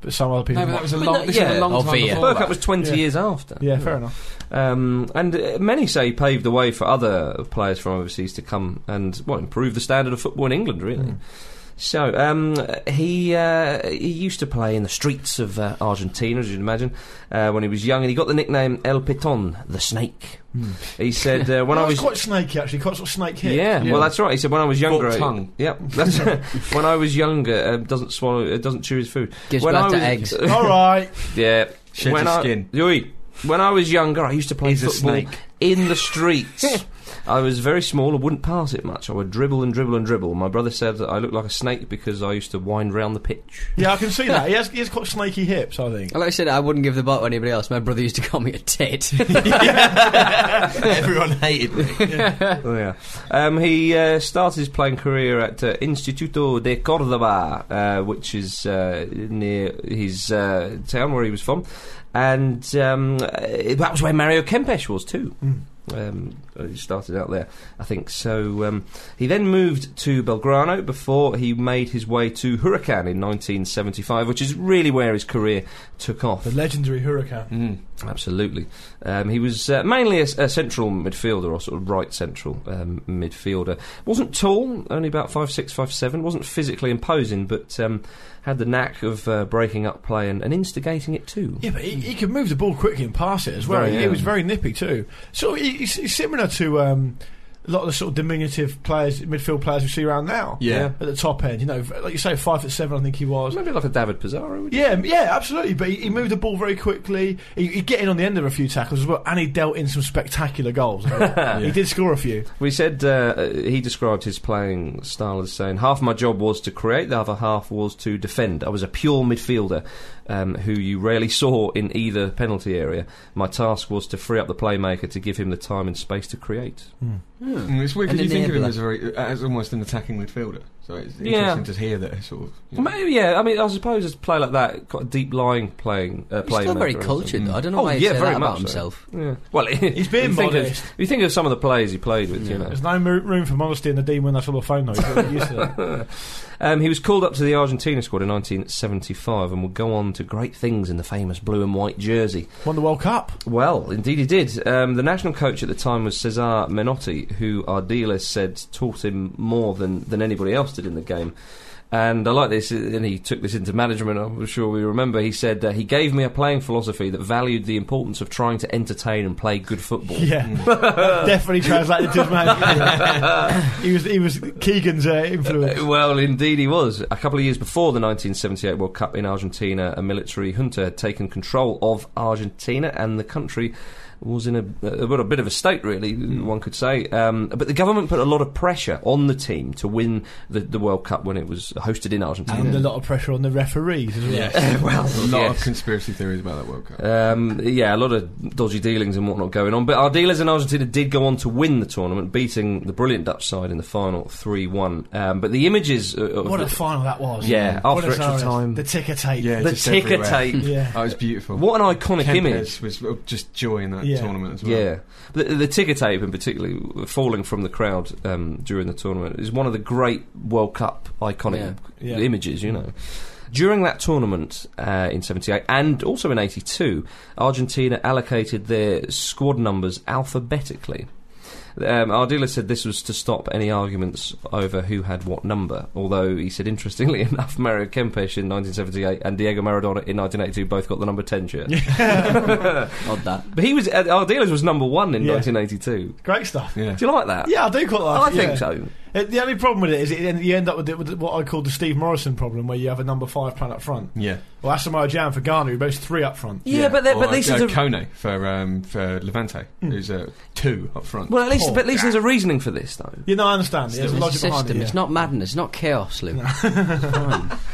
Speaker 5: but some other
Speaker 6: No,
Speaker 5: people.
Speaker 6: but that
Speaker 5: might-
Speaker 6: was a
Speaker 3: But
Speaker 6: long,
Speaker 3: no,
Speaker 6: this
Speaker 3: yeah,
Speaker 6: was a long
Speaker 4: oh,
Speaker 6: time
Speaker 4: Villa.
Speaker 6: before.
Speaker 3: Burkamp
Speaker 6: that.
Speaker 3: was 20
Speaker 5: Yeah.
Speaker 3: years after.
Speaker 5: yeah, fair enough.
Speaker 3: Um, and uh, many say paved the way for other players from overseas to come and well improve the standard of football in England, really.
Speaker 5: Hmm.
Speaker 3: So um, he uh, he used to play in the streets of uh, Argentina, as you'd imagine, uh, when he was young, and he got the nickname El Piton, the Snake.
Speaker 5: Hmm.
Speaker 3: He said uh, when
Speaker 5: Well,
Speaker 3: I
Speaker 5: that was
Speaker 3: was
Speaker 5: quite snaky actually, quite sort of snake hit.
Speaker 3: yeah, well, that's right. He said when I was younger,
Speaker 6: Forked
Speaker 3: I-
Speaker 6: tongue.
Speaker 3: Yep, that's when I was younger. Um, doesn't swallow, uh, doesn't chew his food.
Speaker 4: Gives
Speaker 3: when
Speaker 4: birth
Speaker 3: I
Speaker 4: to
Speaker 3: was,
Speaker 4: eggs.
Speaker 5: All right.
Speaker 3: yeah,
Speaker 6: Sheds his
Speaker 3: I,
Speaker 6: skin.
Speaker 3: Oi, when I was younger, I used to play
Speaker 6: He's a
Speaker 3: football
Speaker 6: snake.
Speaker 3: in the streets. I was very small and wouldn't pass it much. I would dribble and dribble and dribble. My brother said that I looked like a snake because I used to wind round the pitch.
Speaker 5: Yeah, I can see that. He has, he has quite snaky hips, I think.
Speaker 4: Like I said, I wouldn't give the ball to anybody else. My brother used to call me a tit.
Speaker 6: Everyone hated me.
Speaker 3: Oh, yeah. Um, he uh, started his playing career at uh, Instituto de Cordoba, uh, which is uh, near his uh, town where he was from. And um, uh, that was where Mario Kempes was too. Um, he started out there, I think. So um, he then moved to Belgrano before he made his way to Huracan in 1975, which is really where his career took off.
Speaker 5: The legendary Huracan.
Speaker 6: Mm.
Speaker 3: Absolutely. Um, he was uh, mainly a, a central midfielder or sort of right central um, midfielder. Wasn't tall, only about five six, five seven. Wasn't physically imposing, but um, had the knack of uh, breaking up play and, and instigating it too.
Speaker 5: Yeah, but he, he could move the ball quickly and pass it as well.
Speaker 3: Very,
Speaker 5: he,
Speaker 3: yeah.
Speaker 5: was very nippy too. So he, he's, he's similar to um, a lot of the sort of diminutive players, midfield players we see around now.
Speaker 6: Yeah.
Speaker 5: At the top end, you know, like you say, five foot seven, I think he was.
Speaker 3: Maybe like a David Pizarro. would you-
Speaker 5: Yeah, yeah, absolutely. But he, he moved the ball very quickly. He, he'd get in on the end of a few tackles as well, and he dealt in some spectacular goals. He did score a few.
Speaker 3: We said uh, he described his playing style as saying, half my job was to create, the other half was to defend. I was a pure midfielder um, who you rarely saw in either penalty area. My task was to free up the playmaker to give him the time and space to create.
Speaker 6: Mm, it's weird
Speaker 4: An
Speaker 6: because you think of him
Speaker 4: enabler.
Speaker 6: as, a very, uh, as almost an attacking midfielder. So it's
Speaker 3: Yeah.
Speaker 6: interesting to hear that sort of. you
Speaker 3: Well,
Speaker 6: know.
Speaker 3: Maybe, yeah. I mean, I suppose it's play like that, quite a deep lying playing. Uh,
Speaker 4: He's still
Speaker 3: playmaker
Speaker 4: very
Speaker 3: or
Speaker 4: cultured, though. I don't know
Speaker 3: Oh,
Speaker 4: why he'd
Speaker 3: yeah,
Speaker 4: say
Speaker 3: very
Speaker 4: that
Speaker 3: much
Speaker 4: about
Speaker 3: so.
Speaker 4: himself.
Speaker 3: something. Yeah. Well, he's
Speaker 5: being
Speaker 3: you think,
Speaker 5: modest.
Speaker 3: of, you think of some of the players he played with, you know.
Speaker 5: There's no mo- room for modesty in the D when that's all the phone noise. You're used to that.
Speaker 3: Um, he was called up to the Argentina squad in 1975 and would go on to great things in the famous blue and white jersey.
Speaker 5: Won the World Cup.
Speaker 3: Well, indeed he did. Um, the national coach at the time was Cesar Menotti, who our dealer said taught him more than, than anybody else did in the game. And I like this, and he took this into management, I'm sure we remember. He said, uh, He gave me a playing philosophy that valued the importance of trying to entertain and play good football.
Speaker 5: Yeah, That definitely translated to his man. he was he was Keegan's uh, influence.
Speaker 3: Well, indeed he was. A couple of years before the 1978 World Cup in Argentina, a military junta had taken control of Argentina, and the country was in a, a, well, a bit of a state, really,
Speaker 5: Hmm.
Speaker 3: one could say. Um, but the government put a lot of pressure on the team to win the, the World Cup when it was hosted in Argentina.
Speaker 5: And a lot of pressure on the referees as well.
Speaker 3: well,
Speaker 6: a lot
Speaker 3: yes.
Speaker 6: of conspiracy theories about that World Cup.
Speaker 3: Um, yeah, a lot of dodgy dealings and whatnot going on. But our dealers in Argentina did go on to win the tournament, beating the brilliant Dutch side in the final 3 1. Um, but the images. uh, Of
Speaker 5: What
Speaker 3: the,
Speaker 5: a final that was.
Speaker 3: Yeah,
Speaker 5: Buenos
Speaker 3: after extra
Speaker 5: Aires,
Speaker 3: time.
Speaker 5: The ticker tape.
Speaker 6: Yeah,
Speaker 3: the
Speaker 6: just
Speaker 3: ticker
Speaker 6: everywhere.
Speaker 3: tape.
Speaker 5: Yeah.
Speaker 6: Oh, it's beautiful.
Speaker 3: What an iconic image.
Speaker 6: Kempes was uh, just joy in that
Speaker 5: Yeah.
Speaker 6: tournament as well.
Speaker 3: Yeah, the, the ticker tape in particular, falling from the crowd um, during the tournament, is one of the great World Cup iconic
Speaker 5: Yeah. Yeah.
Speaker 3: images. You know, during that tournament uh, in '78 and also in '82, Argentina allocated their squad numbers alphabetically. Um, our dealer said this was to stop any arguments over who had what number. Although he said, interestingly enough, Mario Kempes in 1978 and Diego Maradona in 1982 both got the number 10 shirt.
Speaker 4: Odd that.
Speaker 3: But he was uh, our dealers was number one in
Speaker 5: Yeah.
Speaker 3: 1982.
Speaker 5: Great stuff.
Speaker 6: Yeah.
Speaker 3: Do you like that?
Speaker 5: Yeah, I do quite like
Speaker 3: Oh, I
Speaker 5: it, yeah.
Speaker 3: think so.
Speaker 5: Uh, the only problem with it is it, end- you end up with, it, with what I call the Steve Morrison problem, where you have a number five playing up front.
Speaker 6: Yeah.
Speaker 5: Or Asamoah Jan for Ghana, who boasts three up front.
Speaker 3: Yeah, but they-
Speaker 6: or,
Speaker 3: but these
Speaker 6: uh,
Speaker 3: are the-
Speaker 6: Kone for um, for Levante,
Speaker 5: Hmm.
Speaker 6: who's uh, two up front.
Speaker 3: Well, at least,
Speaker 5: Paul.
Speaker 3: but at least there's a reasoning for this, though.
Speaker 5: You know, I understand. There's a
Speaker 4: It's a
Speaker 5: logic behind
Speaker 4: system.
Speaker 5: it. yeah.
Speaker 4: It's not madness. It's not chaos, Luke.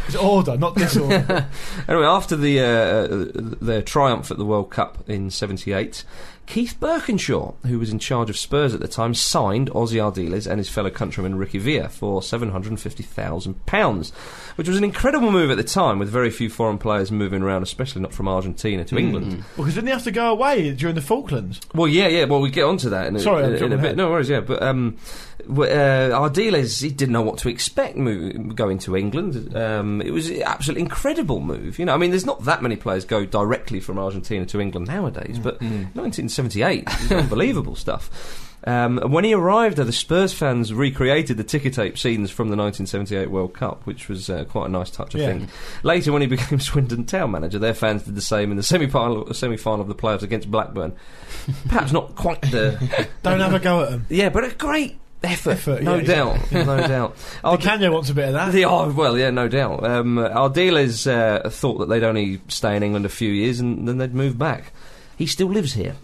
Speaker 5: It's order, not disorder.
Speaker 3: Anyway, after the uh, uh, their triumph at the World Cup in '78, Keith Birkinshaw, who was in charge of Spurs at the time, signed Ozzy Ardiles and his fellow countryman Ricky Villa for seven hundred and fifty thousand pounds, which was an incredible move at the time, with very few foreign players moving around, especially not from Argentina to England.
Speaker 5: Because didn't he have to go away during the Falklands?
Speaker 3: Well, yeah, yeah. Well, we get onto that in a,
Speaker 5: Sorry,
Speaker 3: in,
Speaker 5: I'm
Speaker 3: a- in a
Speaker 5: jumping
Speaker 3: bit.
Speaker 5: ahead.
Speaker 3: No worries. Yeah, but um, w- uh, Ardiles he didn't know what to expect move, going to England. Um, it was an absolutely incredible move. You know, I mean, there's not that many players go directly from Argentina to England nowadays, but 1978 it was unbelievable stuff. Um, and when he arrived, though, the Spurs fans recreated the ticker tape scenes from the 1978 World Cup, which was uh, quite a nice touch, I
Speaker 5: Yeah.
Speaker 3: think. Later, when he became Swindon Town manager, their fans did the same in the semi-final, semi-final of the playoffs against Blackburn. Perhaps not quite the
Speaker 5: Don't have a go at them.
Speaker 3: yeah, but a great effort,
Speaker 5: Effort,
Speaker 3: no
Speaker 5: yeah,
Speaker 3: doubt, no doubt. Our
Speaker 5: The Kanye wants a bit of that.
Speaker 3: the, oh well, yeah, no doubt. Um, our dealers uh, thought that they'd only stay in England a few years and then they'd move back. He still lives here.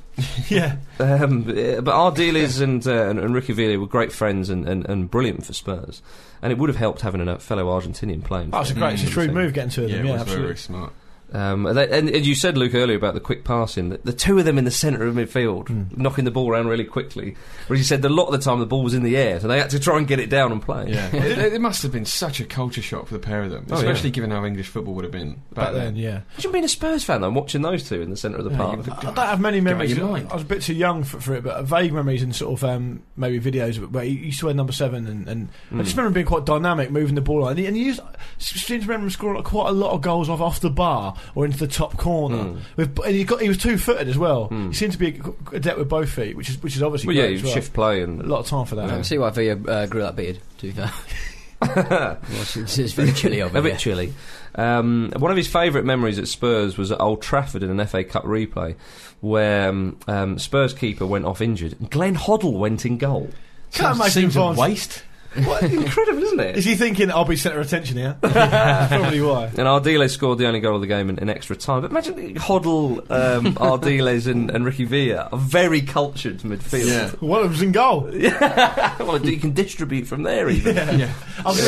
Speaker 5: yeah.
Speaker 3: Um, uh, but our dealers and, uh, and and Ricky Villa were great friends and, and, and brilliant for Spurs, and it would have helped having a fellow Argentinian playing.
Speaker 5: That was a
Speaker 3: for
Speaker 5: great, Oh, it's a
Speaker 3: the
Speaker 5: shrewd
Speaker 3: team.
Speaker 5: move getting two of
Speaker 6: Mm. yeah,
Speaker 5: them.
Speaker 6: it
Speaker 5: Yeah,
Speaker 6: was very,
Speaker 5: absolutely.
Speaker 6: very smart.
Speaker 3: Um, and, they- and, and you said, Luke, earlier about the quick passing. The, the two of them in the centre of midfield, knocking the ball around really quickly. Whereas you said a lot of the time the ball was in the air, so they had to try and get it down and play.
Speaker 6: Yeah, it, it- it must have been such a culture shock for the pair of them,
Speaker 3: Oh, yeah.
Speaker 6: especially given how English football would have been back,
Speaker 5: Back then, yeah.
Speaker 3: Imagine being a Spurs fan though, and watching those two in the centre of the park.
Speaker 5: I don't have many memories.
Speaker 6: your mind.
Speaker 5: I was a bit too young for, for it, but vague memories and sort of um, maybe videos of it, where he used to wear number seven, and, and I
Speaker 6: Mm.
Speaker 5: just remember him being quite dynamic, moving the ball, on. and he, and he used I seem to remember him scoring like, quite a lot of goals off off the bar or into the top corner.
Speaker 6: Mm.
Speaker 5: With, and he got he was two footed as well. He seemed to be a- adept with both feet, which is which is obviously
Speaker 3: Well, yeah,
Speaker 5: great
Speaker 3: you
Speaker 5: as well.
Speaker 3: shift play
Speaker 5: a
Speaker 3: and
Speaker 5: lot of time for that.
Speaker 4: I can see why Villa uh, grew that beard. To be fair, Well, it's it's very chilly over
Speaker 3: a
Speaker 4: here.
Speaker 3: bit chilly. Um, one of his favourite memories at Spurs was at Old Trafford in an FA Cup replay, where um, um, Spurs keeper went off injured. and Glenn Hoddle went in goal.
Speaker 5: Can't imagine
Speaker 6: Seems a
Speaker 5: Vaughan's-
Speaker 6: waste.
Speaker 3: What incredible, isn't it?
Speaker 5: Is he thinking I'll be centre of attention here? That's probably why.
Speaker 3: And Ardiles scored the only goal of the game in, in extra time. But imagine Hoddle, um, Ardiles, and, and Ricky Villa are very cultured midfield.
Speaker 5: Well, it was in goal.
Speaker 3: well, you can distribute from there even.
Speaker 5: I was gonna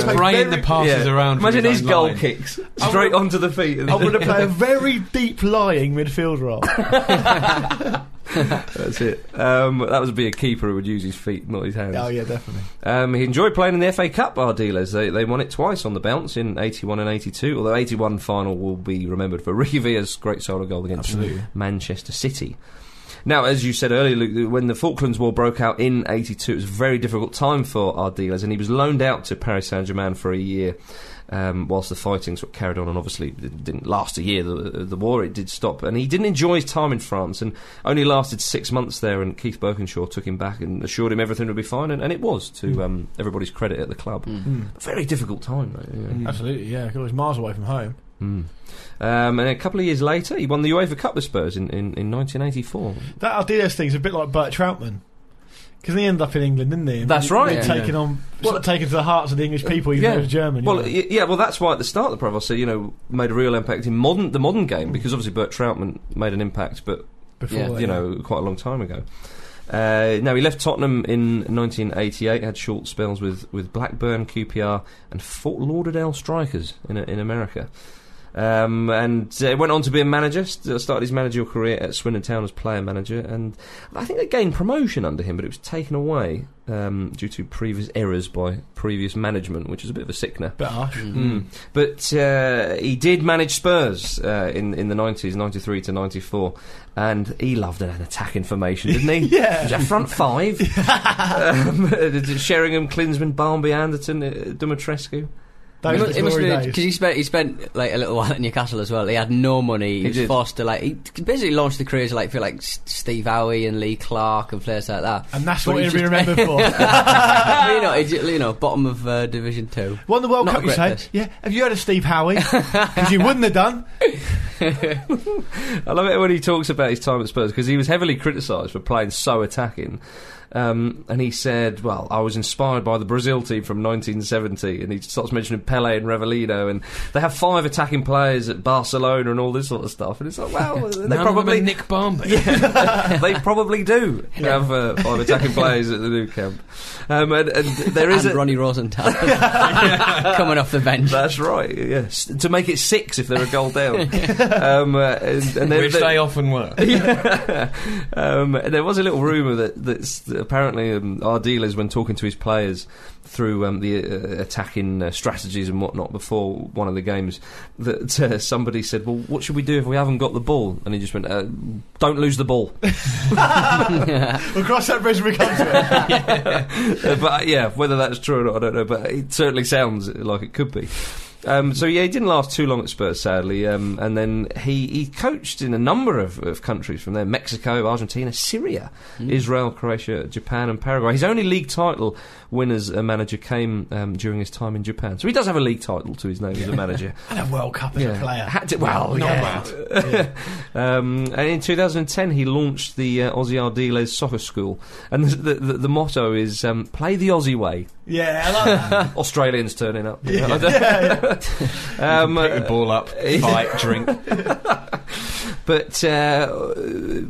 Speaker 5: play
Speaker 6: Spraying
Speaker 5: very-
Speaker 6: the passes
Speaker 3: Yeah.
Speaker 6: around. from
Speaker 3: Imagine
Speaker 6: his
Speaker 3: his
Speaker 6: own
Speaker 3: goal
Speaker 6: line.
Speaker 3: kicks
Speaker 5: I
Speaker 3: straight
Speaker 5: would-
Speaker 3: onto the feet.
Speaker 5: I'm going to play a very deep lying midfield role.
Speaker 3: That's it. Um, that would be a keeper who would use his feet, not his hands.
Speaker 5: oh yeah, definitely.
Speaker 3: Um, he enjoyed playing in the FA Cup, our dealers. They, they won it twice on the bounce in 81 and 82, although 81 final will be remembered for Ricky Villa's great solo goal against Manchester City. Now, as you said earlier, Luke, when the Falklands War broke out in 82, it was a very difficult time for our dealers, and he was loaned out to Paris Saint Germain for a year um, whilst the fighting sort of carried on, and obviously it didn't last a year, the, the war, it did stop. And he didn't enjoy his time in France and only lasted six months there, and Keith Birkinshaw took him back and assured him everything would be fine, and, and it was, to um, everybody's credit at the club.
Speaker 4: Hmm.
Speaker 3: Very difficult time, though. Yeah.
Speaker 5: Absolutely, yeah. Because it's miles away from home.
Speaker 3: Um, and a couple of years later, he won the UEFA Cup with Spurs in, in, in 1984.
Speaker 5: That Ardiles thing's a bit like Bert Troutman. Because he ended up in England, didn't he? And
Speaker 3: That's
Speaker 5: being-
Speaker 3: right,
Speaker 5: being
Speaker 4: yeah.
Speaker 5: taken on, sort of taken to the hearts of the English people, even though he was German.
Speaker 3: Well,
Speaker 5: you
Speaker 3: y-
Speaker 5: know.
Speaker 3: yeah, well, that's why at the start of the prof, I said, you know, made a real impact in modern the modern game because obviously Bert Troutman made an impact, but
Speaker 5: before
Speaker 4: yeah,
Speaker 5: that,
Speaker 3: you know, quite a long time ago. Uh, now he left Tottenham in 1988. Had short spells with, with Blackburn, QPR, and Fort Lauderdale Strikers in in America. Um, and uh, went on to be a manager. St- uh, started his managerial career at Swindon Town as player manager, and I think they gained promotion under him, but it was taken away um, due to previous errors by previous management, which is a bit of a sickener.
Speaker 5: bit harsh.
Speaker 3: Mm. But uh, he did manage Spurs uh, in in the nineties, ninety three to ninety four, and he loved an attack information, didn't he?
Speaker 5: Yeah.
Speaker 3: Was it a front five, um, Sheringham, Klinsman, Barnby, Anderton, uh, Dumitrescu.
Speaker 5: Those were
Speaker 4: It
Speaker 5: the
Speaker 4: must- it must
Speaker 5: glory
Speaker 4: be
Speaker 5: days.
Speaker 4: because he spent he spent like a little while at Newcastle as well. He had no money. He, was
Speaker 3: did.
Speaker 4: forced to like he basically launched the careers of, like for like S- Steve Howie and Lee Clark and players like that.
Speaker 5: and that's
Speaker 4: But
Speaker 5: what
Speaker 4: he
Speaker 5: he'll be
Speaker 4: just-
Speaker 5: remembered for.
Speaker 4: you know, he ju- you know, bottom of uh, Division Two.
Speaker 5: Won the World
Speaker 4: Not
Speaker 5: Cup, you say?
Speaker 4: regret this.
Speaker 5: Yeah. Have you heard of Steve Howie? Because you wouldn't have done.
Speaker 3: I love it when he talks about his time at Spurs because he was heavily criticised for playing so attacking. Um, and he said, "Well, I was inspired by the Brazil team from 1970." And he starts mentioning Pele and Revelino, and they have five attacking players at Barcelona and all this sort of stuff. And it's like, well, they
Speaker 7: None of them
Speaker 3: probably
Speaker 7: are Nick Barmby.
Speaker 3: yeah, they probably do have uh, five attacking players at the new camp. Um, and, and there is
Speaker 4: and
Speaker 3: a,
Speaker 4: Ronnie Rosenthal coming off the bench.
Speaker 3: that's right. Yes, to make it six if they're a goal down. um, uh, and, and there,
Speaker 6: Which
Speaker 3: there-
Speaker 6: they often were.
Speaker 3: Yeah. um, and there was a little rumor that that's that apparently um, our dealers, when talking to his players through um, the uh, attacking uh, strategies and whatnot before one of the games, that uh, somebody said, "Well, what should we do if we haven't got the ball?" And he just went, uh, "Don't lose the ball."
Speaker 5: We'll cross that bridge when we come to it.
Speaker 3: Uh, but uh, yeah, whether that's true or not, I don't know. But it certainly sounds like it could be. Um, so yeah, he didn't last too long at Spurs, sadly. Um, and then he, he coached in a number of, of countries from there: Mexico, Argentina, Syria, Israel, Croatia, Japan, and Paraguay. His only league title win as a manager came um, during his time in Japan. So he does have a league title to his name as a manager.
Speaker 5: And a World Cup as a player.
Speaker 3: Had to- well,
Speaker 5: Not
Speaker 3: yeah.
Speaker 5: bad.
Speaker 3: um, and in 2010, he launched the uh, Aussie Ardiles Soccer School, and the, the, the motto is um, "Play the Aussie way."
Speaker 5: Yeah, I like that.
Speaker 3: Australians turning up. I don't-
Speaker 5: yeah,
Speaker 3: Um,
Speaker 6: Pick the
Speaker 3: uh,
Speaker 6: ball up, fight, drink.
Speaker 3: but uh,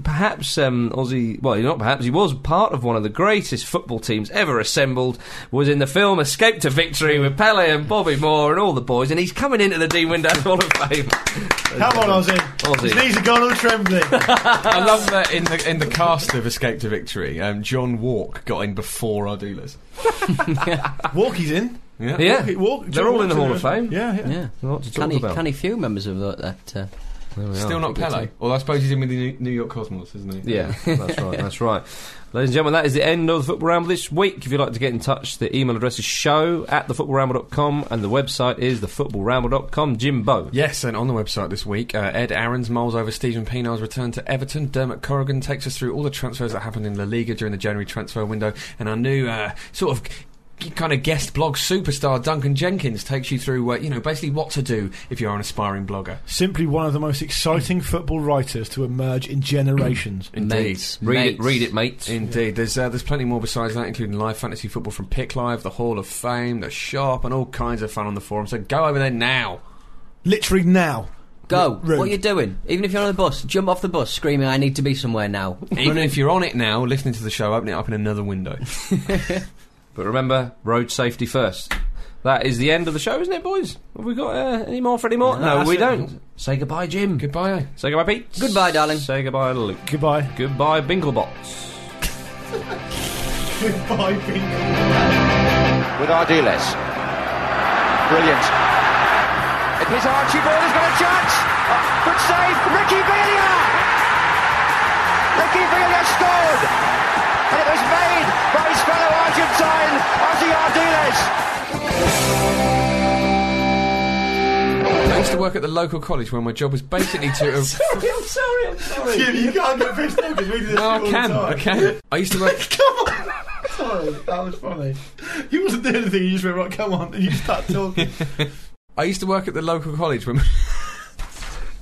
Speaker 3: perhaps um, Aussie, well, not perhaps, he was part of one of the greatest football teams ever assembled, was in the film Escape to Victory with Pele and Bobby Moore and all the boys, and he's coming into the Dean Windows Hall of Fame.
Speaker 5: yeah. Come on, Ozzy.
Speaker 3: Aussie.
Speaker 5: His knees are gone all trembling.
Speaker 6: I love that in the in the cast of Escape to Victory, um, John Walk got in before our dealers.
Speaker 5: Walkie's in.
Speaker 6: Yeah.
Speaker 3: Yeah.
Speaker 5: Walkie- Walk,
Speaker 3: They're all in the Hall of Fame.
Speaker 5: Yeah, yeah.
Speaker 4: Yeah.
Speaker 3: Not to talk
Speaker 4: Canny,
Speaker 3: about.
Speaker 4: canny few members of that. that uh,
Speaker 6: Still not Pele. Although I suppose he's in with the New- New York Cosmos, isn't he?
Speaker 3: Yeah, that's right, that's right. Ladies and gentlemen, that is the end of the Football Ramble this week. If you'd like to get in touch, the email address is show at thefootballramble.com and the website is thefootballramble.com. Jimbo.
Speaker 6: Yes, and on the website this week, uh, Ed Aaron's moles over Stephen Pienaar's return to Everton. Dermot Corrigan takes us through all the transfers that happened in La Liga during the January transfer window, and our new uh, sort of. g- Kind of guest blog superstar Duncan Jenkins takes you through, uh, you know, basically what to do if you're an aspiring blogger.
Speaker 5: Simply one of the most exciting football writers to emerge in generations.
Speaker 4: Mates,
Speaker 3: Read it,
Speaker 4: mates.
Speaker 3: read it, mates.
Speaker 6: Indeed, there's uh, there's plenty more besides that, including live fantasy football from Pick Live, the Hall of Fame, the shop, and all kinds of fun on the forum. So go over there now.
Speaker 5: Literally now.
Speaker 4: Go.
Speaker 5: Rude.
Speaker 4: What are you doing? Even if you're on the bus, jump off the bus screaming, I need to be somewhere now.
Speaker 6: Even if you're on it now, listening to the show, open it up in another window.
Speaker 3: But remember, road safety first. That is the end of the show, isn't it, boys? Have we got uh, any more for any more? No,
Speaker 6: that's
Speaker 3: we
Speaker 6: it.
Speaker 3: don't. Say goodbye, Jim.
Speaker 6: Goodbye. eh?
Speaker 3: Say goodbye, Pete.
Speaker 4: Goodbye, darling.
Speaker 3: Say goodbye, Luke.
Speaker 5: Goodbye.
Speaker 3: Goodbye, Binglebots.
Speaker 5: Goodbye,
Speaker 9: with Ardiles. Brilliant. It is Archibald has got a chance. Uh, Good save. Ricky Villa. Ricky Villa scored. And it was made by his fellow Argentine, Ozzy Ardiles.
Speaker 6: I used to work at the local college where my job was basically to.
Speaker 3: Sorry, I'm sorry, I'm sorry.
Speaker 5: Jim, you can't get pissed off because we do this
Speaker 6: No,
Speaker 5: all
Speaker 6: I can,
Speaker 5: the time.
Speaker 6: I can. I used to work.
Speaker 5: Come on. Sorry, that was funny. You wasn't doing anything. You just went right. Come on, and you start talking.
Speaker 6: I used to work at the local college when.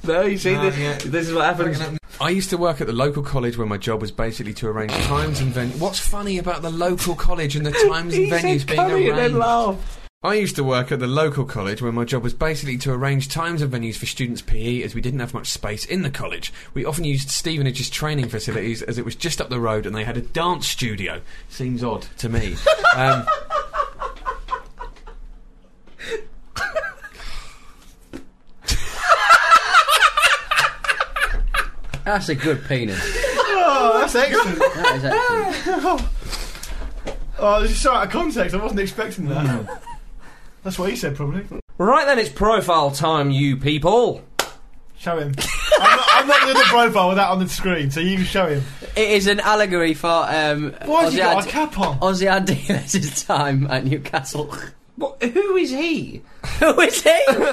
Speaker 3: No, you see,
Speaker 6: No,
Speaker 3: this,
Speaker 6: Ah, yeah.
Speaker 3: this is what happens.
Speaker 6: I used to work at the local college where my job was basically to arrange times and venues. What's funny about the local college and the times and
Speaker 3: He
Speaker 6: venues
Speaker 3: said,
Speaker 6: being
Speaker 3: "Come
Speaker 6: arranged?
Speaker 3: here," then laugh.
Speaker 6: I used to work at the local college where my job was basically to arrange times and venues for students' PE as we didn't have much space in the college. We often used Stevenage's training facilities as it was just up the road and they had a dance studio. Seems odd to me. Um,
Speaker 4: That's a good penis.
Speaker 5: oh, that's excellent.
Speaker 4: That is excellent.
Speaker 5: Oh, this is so out of context. I wasn't expecting that. That's what he said, probably.
Speaker 3: Right then, it's profile time, you people.
Speaker 5: Show him. I'm not, I'm not doing the profile with that on the screen, so you can show him.
Speaker 4: It is an allegory for um,
Speaker 5: Why has he
Speaker 4: Ozzy
Speaker 5: got a
Speaker 4: Ad-
Speaker 5: cap on?
Speaker 4: Ozzy Ardiles' time at Newcastle.
Speaker 3: What, who is he?
Speaker 4: Who is he?